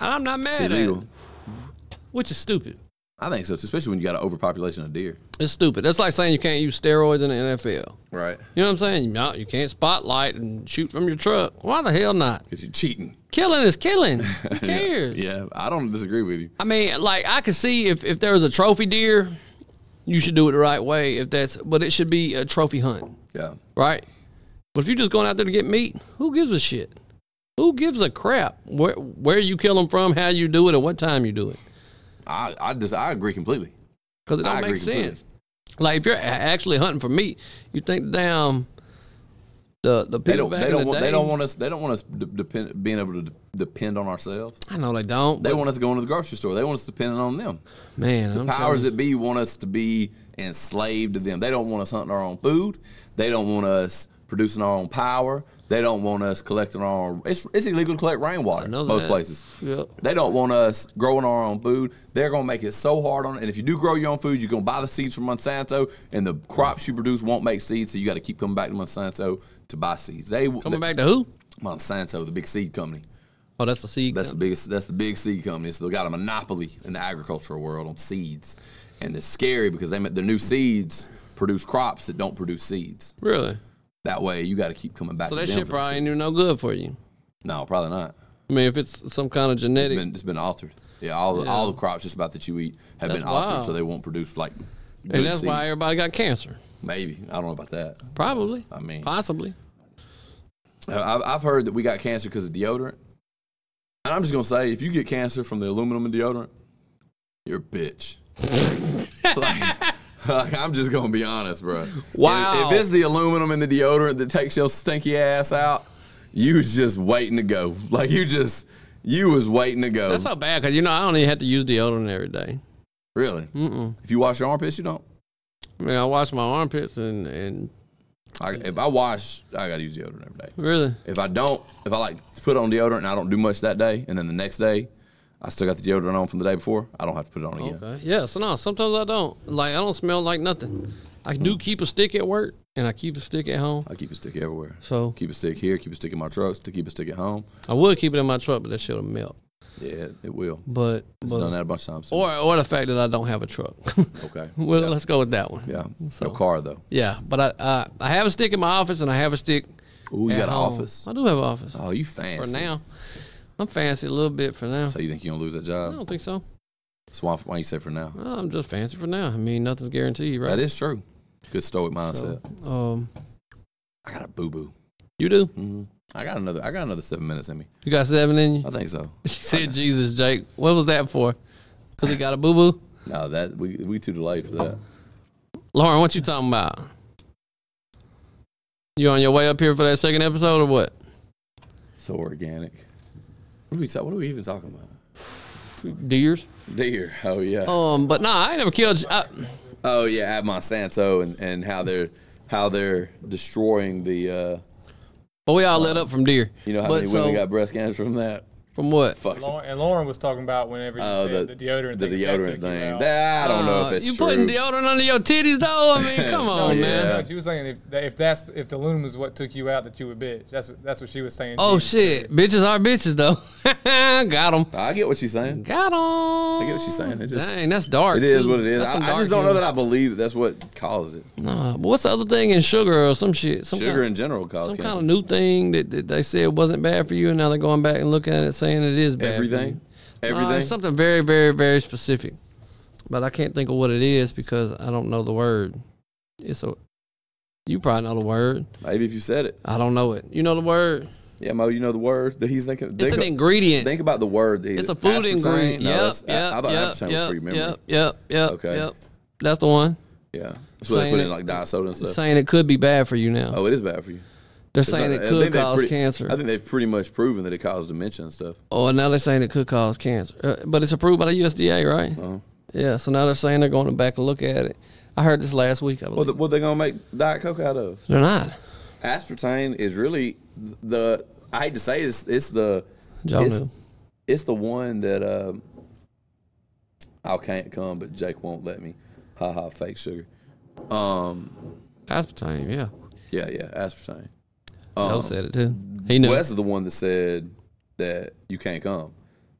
S2: I'm not
S1: It's
S2: mad at
S1: illegal.
S2: it, which is stupid.
S1: I think so, too, especially when you got an overpopulation of deer.
S2: It's stupid. That's like saying you can't use steroids in the NFL.
S1: Right.
S2: You know what I'm saying? No, you can't spotlight and shoot from your truck. Why the hell not?
S1: Because you're cheating.
S2: Killing is <laughs> killing. Who cares?
S1: Yeah, I don't disagree with you.
S2: I mean, like I could see if if there was a trophy deer, you should do it the right way. If that's, but it should be a trophy hunt,
S1: Yeah.
S2: right? But if you're just going out there to get meat, who gives a shit? Who gives a crap where where you kill them from, how you do it, and what time you do it?
S1: I, I just I agree completely.
S2: Because it don't
S1: I
S2: make
S1: agree completely.
S2: sense. Like if you're a- actually hunting for meat, you think damn the the people
S1: They don't.
S2: back
S1: They
S2: in
S1: don't.
S2: the
S1: want,
S2: day.
S1: they don't want us. They don't want us de- depend, being able to de- depend on ourselves.
S2: I know they don't.
S1: They
S2: but
S1: want us to go into the grocery store. They want us dependent on them.
S2: man, I'm
S1: powers
S2: telling you,
S1: that be want us to be enslaved to them. They don't want us hunting our own food. They don't want us producing our own power. They don't want us collecting our own. It's, it's illegal to collect rainwater
S2: know
S1: most
S2: that.
S1: places.
S2: Yeah.
S1: They don't want us growing our own food. They're going to make it so hard on it. And if you do grow your own food, you're going to buy the seeds from Monsanto, and the crops you produce won't make seeds. So you got to keep coming back to Monsanto to buy seeds. They
S2: coming back to who?
S1: Monsanto, the big seed company.
S2: Oh, that's the seed.
S1: That's the
S2: company.
S1: biggest. That's the big seed company. So they got a monopoly in the agricultural world on seeds, and it's scary because they make the new seeds produce crops that don't produce seeds.
S2: really.
S1: That way, you got to keep coming back.
S2: So
S1: to
S2: that
S1: them
S2: shit
S1: for the
S2: probably
S1: seed.
S2: ain't even no good for you.
S1: no, probably not.
S2: I mean, if it's some kind of genetic,
S1: It's been, it's been altered. Yeah, all the, all the crops just about that you eat have
S2: That's
S1: been altered,
S2: wild.
S1: so they won't produce like.
S2: and
S1: good
S2: that's why
S1: seeds.
S2: everybody got cancer.
S1: Maybe I don't know about that.
S2: Probably.
S1: I mean-
S2: possibly.
S1: I've, I've heard that we got cancer because of deodorant. And I'm just gonna say, if you get cancer from the aluminum in deodorant, you're a bitch. <laughs> like, like, I'm just gonna be honest, bro.
S2: Wow.
S1: If, if it's the aluminum in the deodorant that takes your stinky ass out, you was just waiting to go. Like you just, you was waiting to go.
S2: That's not bad because you know I don't even have to use deodorant every day.
S1: really?
S2: Mm-mm.
S1: If you wash your armpits, you don't.
S2: I mean, I wash my armpits and and
S1: I, if I wash, I gotta use deodorant every day.
S2: really,
S1: If I don't, if I like to put on deodorant and I don't do much that day, and then the next day, I still got the deodorant on from the day before, I don't have to put it on again.
S2: okay, yeah. So no, sometimes I don't like I don't smell like nothing. I do keep a stick at work and I keep a stick at home.
S1: Mm. I keep a stick everywhere.
S2: So
S1: Keep a stick here. Keep a stick in my trucks. To keep a stick at home.
S2: I would keep it in my truck, but that shit'll melt.
S1: Yeah, it- it will.
S2: But,
S1: It's
S2: but
S1: done that a bunch of times.
S2: or or the fact that I don't have a truck. <laughs>
S1: okay.
S2: well,
S1: yeah.
S2: let's go with that one.
S1: yeah.
S2: So-
S1: no car though.
S2: Yeah, but I uh, I have a stick in my office and I have a stick.
S1: Ooh, you
S2: at
S1: got an
S2: home.
S1: office.
S2: I do have an office
S1: Oh, you fancy.
S2: for now. I'm fancy a little bit for now.
S1: So you think you're gonna lose that
S2: I
S1: job?
S2: don't think so.
S1: So why, why you say for now?
S2: Well, I'm just fancy for now. I mean, nothing's guaranteed, right?
S1: That is true. Good stoic mindset.
S2: So, um,
S1: I got a boo boo.
S2: you do.
S1: hmm I got another. I got another seven minutes in me.
S2: You got seven in you.
S1: I think so.
S2: <laughs> You <laughs> said Jesus, Jake. What was that for? Cause he got a boo boo.
S1: No, that we we too delayed for that.
S2: Lauren, what you talking about? You on your way up here for that second episode or what?
S1: So organic. What are we? ta- What are we even talking about?
S2: Deers.
S1: Deer. Oh yeah.
S2: Um, but nah, I ain't never killed. I,
S1: Oh yeah, at Monsanto and, and how they're how they're destroying the uh,
S2: but we all let up from deer.
S1: you know how
S2: But
S1: many
S2: so-
S1: women got breast cancer from that.
S2: From what?
S1: Fuck.
S4: Lauren, and Lauren was talking about whenever you
S1: Oh,
S4: said the, deodorant
S1: the
S4: thing. that took
S1: deodorant
S4: you
S1: thing.
S4: out.
S1: That, I don't know
S2: Uh,
S1: if it's
S2: you
S1: true. Oh,
S2: putting deodorant under your titties though. I
S1: <laughs>
S2: mean, come on,
S1: Yeah.
S2: man.
S4: No, Oh, she was saying if, that- if that's if the loom is what took you out, that you would bitch. That's what- that's what she was saying.
S2: Oh
S4: She-
S2: shit, bitches are bitches though. <laughs> Got them.
S1: I get what she's saying.
S2: Got them.
S1: I get what she's saying. It's just-
S2: Dang, that's dark.
S1: It is
S2: too.
S1: what it is. I,
S2: That's some
S1: I just
S2: dark
S1: don't know
S2: humor.
S1: that I believe that that's what caused it.
S2: Nah, but what's the other thing in sugar or some shit? Some
S1: Sugar in
S2: kind,
S1: general caused
S2: some
S1: cancer.
S2: kind of new thing that, that they said wasn't bad for you, and now they're going back and looking at it saying it is bad. for you.
S1: everything,
S2: Nah,
S1: everything.
S2: it's something very, very, very specific, but I can't think of what it is because I don't know the word. It's a. You probably know the word.
S1: Maybe if you said it.
S2: I don't know it. You know the word.
S1: Yeah, Mo, you know the word that he's thinking.
S2: It's
S1: think,
S2: an ingredient.
S1: think about the word. That he-
S2: It's a food
S1: aspartame?
S2: ingredient.
S1: No,
S2: yep,
S1: that's- I-
S2: yep,
S1: I, thought
S2: yep,
S1: aspartame
S2: yep,
S1: was for your memory.
S2: yep, yep, yep,
S1: Okay.
S2: yep. That's the one.
S1: Yeah, so they
S2: Saying
S1: put it
S2: it-
S1: in like diet soda and stuff.
S2: Saying it could be bad for you now.
S1: Oh, it is bad for you.
S2: they're
S1: It's
S2: saying
S1: not-
S2: it
S1: I
S2: could
S1: think they've
S2: cause
S1: pretty-
S2: cancer.
S1: I think they've pretty much proven that it caused dementia and stuff.
S2: oh, and now they're saying it could cause cancer. Uh, but it's approved by the USDA, right?
S1: Uh-huh.
S2: Yeah. So now they're saying they're going back and look at it. I heard this last week. I believe.
S1: What the, what they gonna make diet coke out of?
S2: they're not.
S1: Aspartame is really the. I hate to say this, it's the
S2: Y'all
S1: it's,
S2: know.
S1: it's the one that um, I can't come, but Jake won't let me. Ha ha, fake sugar.
S2: Aspartame. Yeah.
S1: Yeah, yeah, aspartame.
S2: Joe said it too. He knew.
S1: Um, Wes
S2: Wes,
S1: is the one that said that you can't come.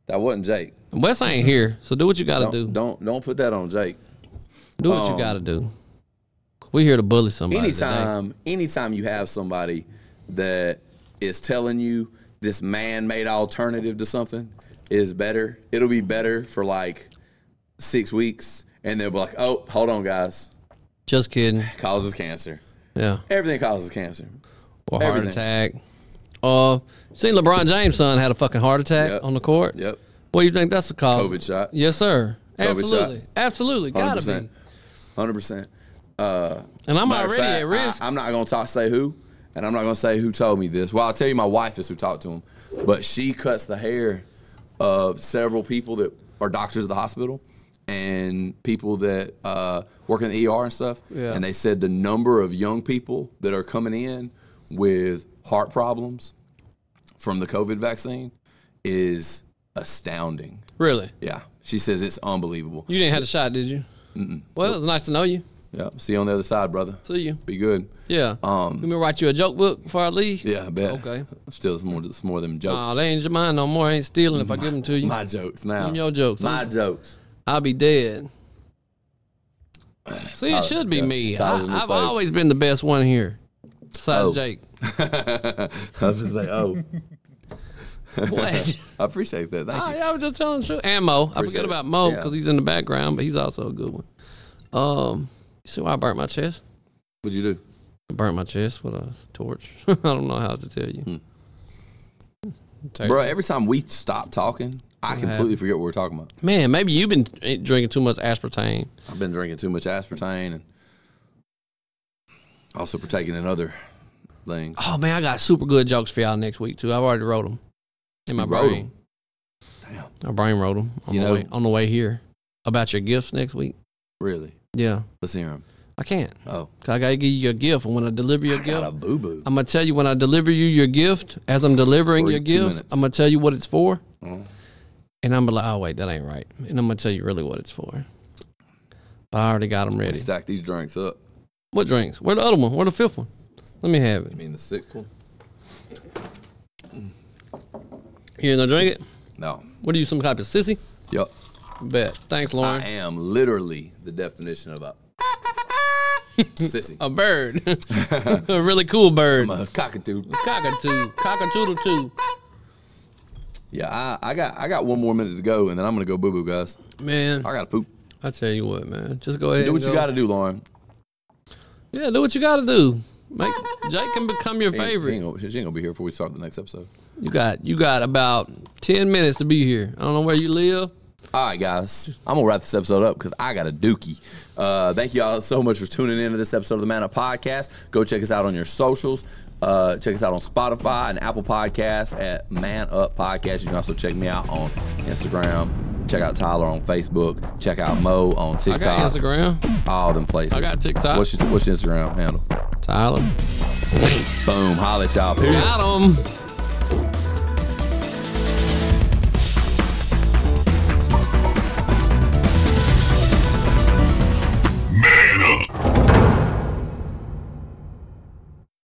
S1: That wasn't Jake.
S2: ain't here, so do what you got to
S1: Don't,
S2: do.
S1: don't don't put that on Jake.
S2: do what you got to do. We here to bully somebody. Today.
S1: anytime anytime you have somebody that is telling you this man-made alternative to something is better it'll be better for like six weeks and they'll be like oh hold on guys
S2: Just kidding.
S1: causes cancer
S2: Yeah.
S1: everything causes cancer
S2: or heart
S1: Everything.
S2: attack. Uh, seen LeBron James' son had a fucking heart attack
S1: Yep.
S2: on the court.
S1: yep
S2: What do you think that's the cause?
S1: COVID shot.
S2: Yes, sir.
S1: shot.
S2: Absolutely, absolutely, gotta
S1: 100%
S2: be.
S1: 100% uh,
S2: And I'm
S1: matter of
S2: already
S1: fact,
S2: at risk.
S1: I, am not gonna talk say who, and I'm not gonna say who told me this. Well, I'll tell you my wife is who talked to him, but she cuts the hair of several people that are doctors at the hospital and people that uh, work in the ER and stuff.
S2: Yeah.
S1: And they said the number of young people that are coming in with heart problems from the COVID vaccine is astounding.
S2: really,
S1: Yeah, she says it's unbelievable.
S2: you didn't have the shot, did you? Mm-mm. Well, it was nice to know you.
S1: Yeah, see you on the other side, brother.
S2: See you.
S1: Be good.
S2: Yeah. Um, you want me to write you a joke book before I leave?
S1: Yeah, I bet.
S2: Okay.
S1: Still, it's more, it's more than jokes.
S2: Nah, they ain't your mine no more. I ain't stealing if I give them to you.
S1: My jokes now.
S2: Them your jokes.
S1: My
S2: I'm-
S1: jokes. <laughs>
S2: I'll be
S1: <sighs>
S2: dead. See, it should be
S1: yeah,
S2: me.
S1: Tyler's in the
S2: I, I've
S1: fight.
S2: always been the best one here, besides
S1: Oh. <laughs>
S2: Jake.
S1: I was just like, oh,
S2: What? <laughs>
S1: I appreciate that. Thank
S2: Oh,
S1: you.
S2: yeah, I was just telling the truth. And Mo. I
S1: Appreciate it.
S2: forget about Mo
S1: Yeah.
S2: because he's in the background, but he's also a good one. Um, you see why I burnt my chest?
S1: What'd you do?
S2: I burnt my chest with a torch. <laughs> I don't know how to tell you.
S1: Hmm.
S2: Terrible.
S1: Bro, every time we stop talking, I completely forget what we're talking about.
S2: Man, maybe you've been eh, drinking too much aspartame.
S1: I've been drinking too much aspartame and also partaking in other things.
S2: Oh, man, I got super good jokes for y'all next week, too. I've already wrote them in my
S1: You wrote
S2: brain.
S1: Damn,
S2: My brain wrote them on,
S1: You
S2: the
S1: know-
S2: way, on the way here about your gifts next week.
S1: really?
S2: Yeah,
S1: Let's hear him.
S2: I can't.
S1: Oh,
S2: 'Cause I got to give you your gift. And when I deliver your
S1: <laughs> I
S2: gift,
S1: got a boo boo.
S2: I'm gonna tell you when I deliver you your gift. As I'm delivering
S1: Three-
S2: your
S1: two
S2: gift,
S1: minutes.
S2: I'm gonna tell you what it's for,
S1: Mhm.
S2: and I'm gonna like, oh wait, that ain't right, and I'm gonna tell you really what it's for. But I already got them ready.
S1: Stack these drinks up.
S2: What drinks? Where the other one? Where the fifth one? Let me have it.
S1: I mean, the sixth one?
S2: You ain't gonna drink it?
S1: No.
S2: What are you, some type of sissy?
S1: Yup.
S2: Bet. Thanks,
S1: I
S2: Lauren.
S1: am literally the definition
S2: <laughs>
S1: of a sissy.
S2: A
S1: <laughs>
S2: bird, <laughs> a really cool bird.
S1: I'm a cockatoo.
S2: Cockatoo, cockatoodle too.
S1: Yeah, I, I got I got one more minute to go, and then I'm gonna go boo boo, guys.
S2: Man,
S1: I gotta poop.
S2: I tell you what, man, just go ahead.
S1: Do what
S2: and
S1: you
S2: go.
S1: gotta do, Lauren.
S2: Yeah, do what you gotta do. Make Jake can become your
S1: She ain't-
S2: favorite.
S1: She ain't, gonna, she ain't gonna be here before we start the next episode.
S2: You got you got about ten minutes to be here. I don't know where you live.
S1: All right, guys, I'm gonna wrap this episode up because I got a dookie. Uh, thank you all so much for tuning in to this episode of the Man Up Podcast. Go check us out on your socials. Uh, check us out on Spotify and Apple Podcasts at Man Up Podcast. You can also check me out on Instagram. Check out Tyler on Facebook. Check out Mo on
S2: I
S1: TikTok.
S2: got Instagram.
S1: All them places.
S2: I got TikTok.
S1: What's your, what's your Instagram handle?
S2: Tyler.
S1: Boom. Holla at y'all. Peace.
S2: Got 'em.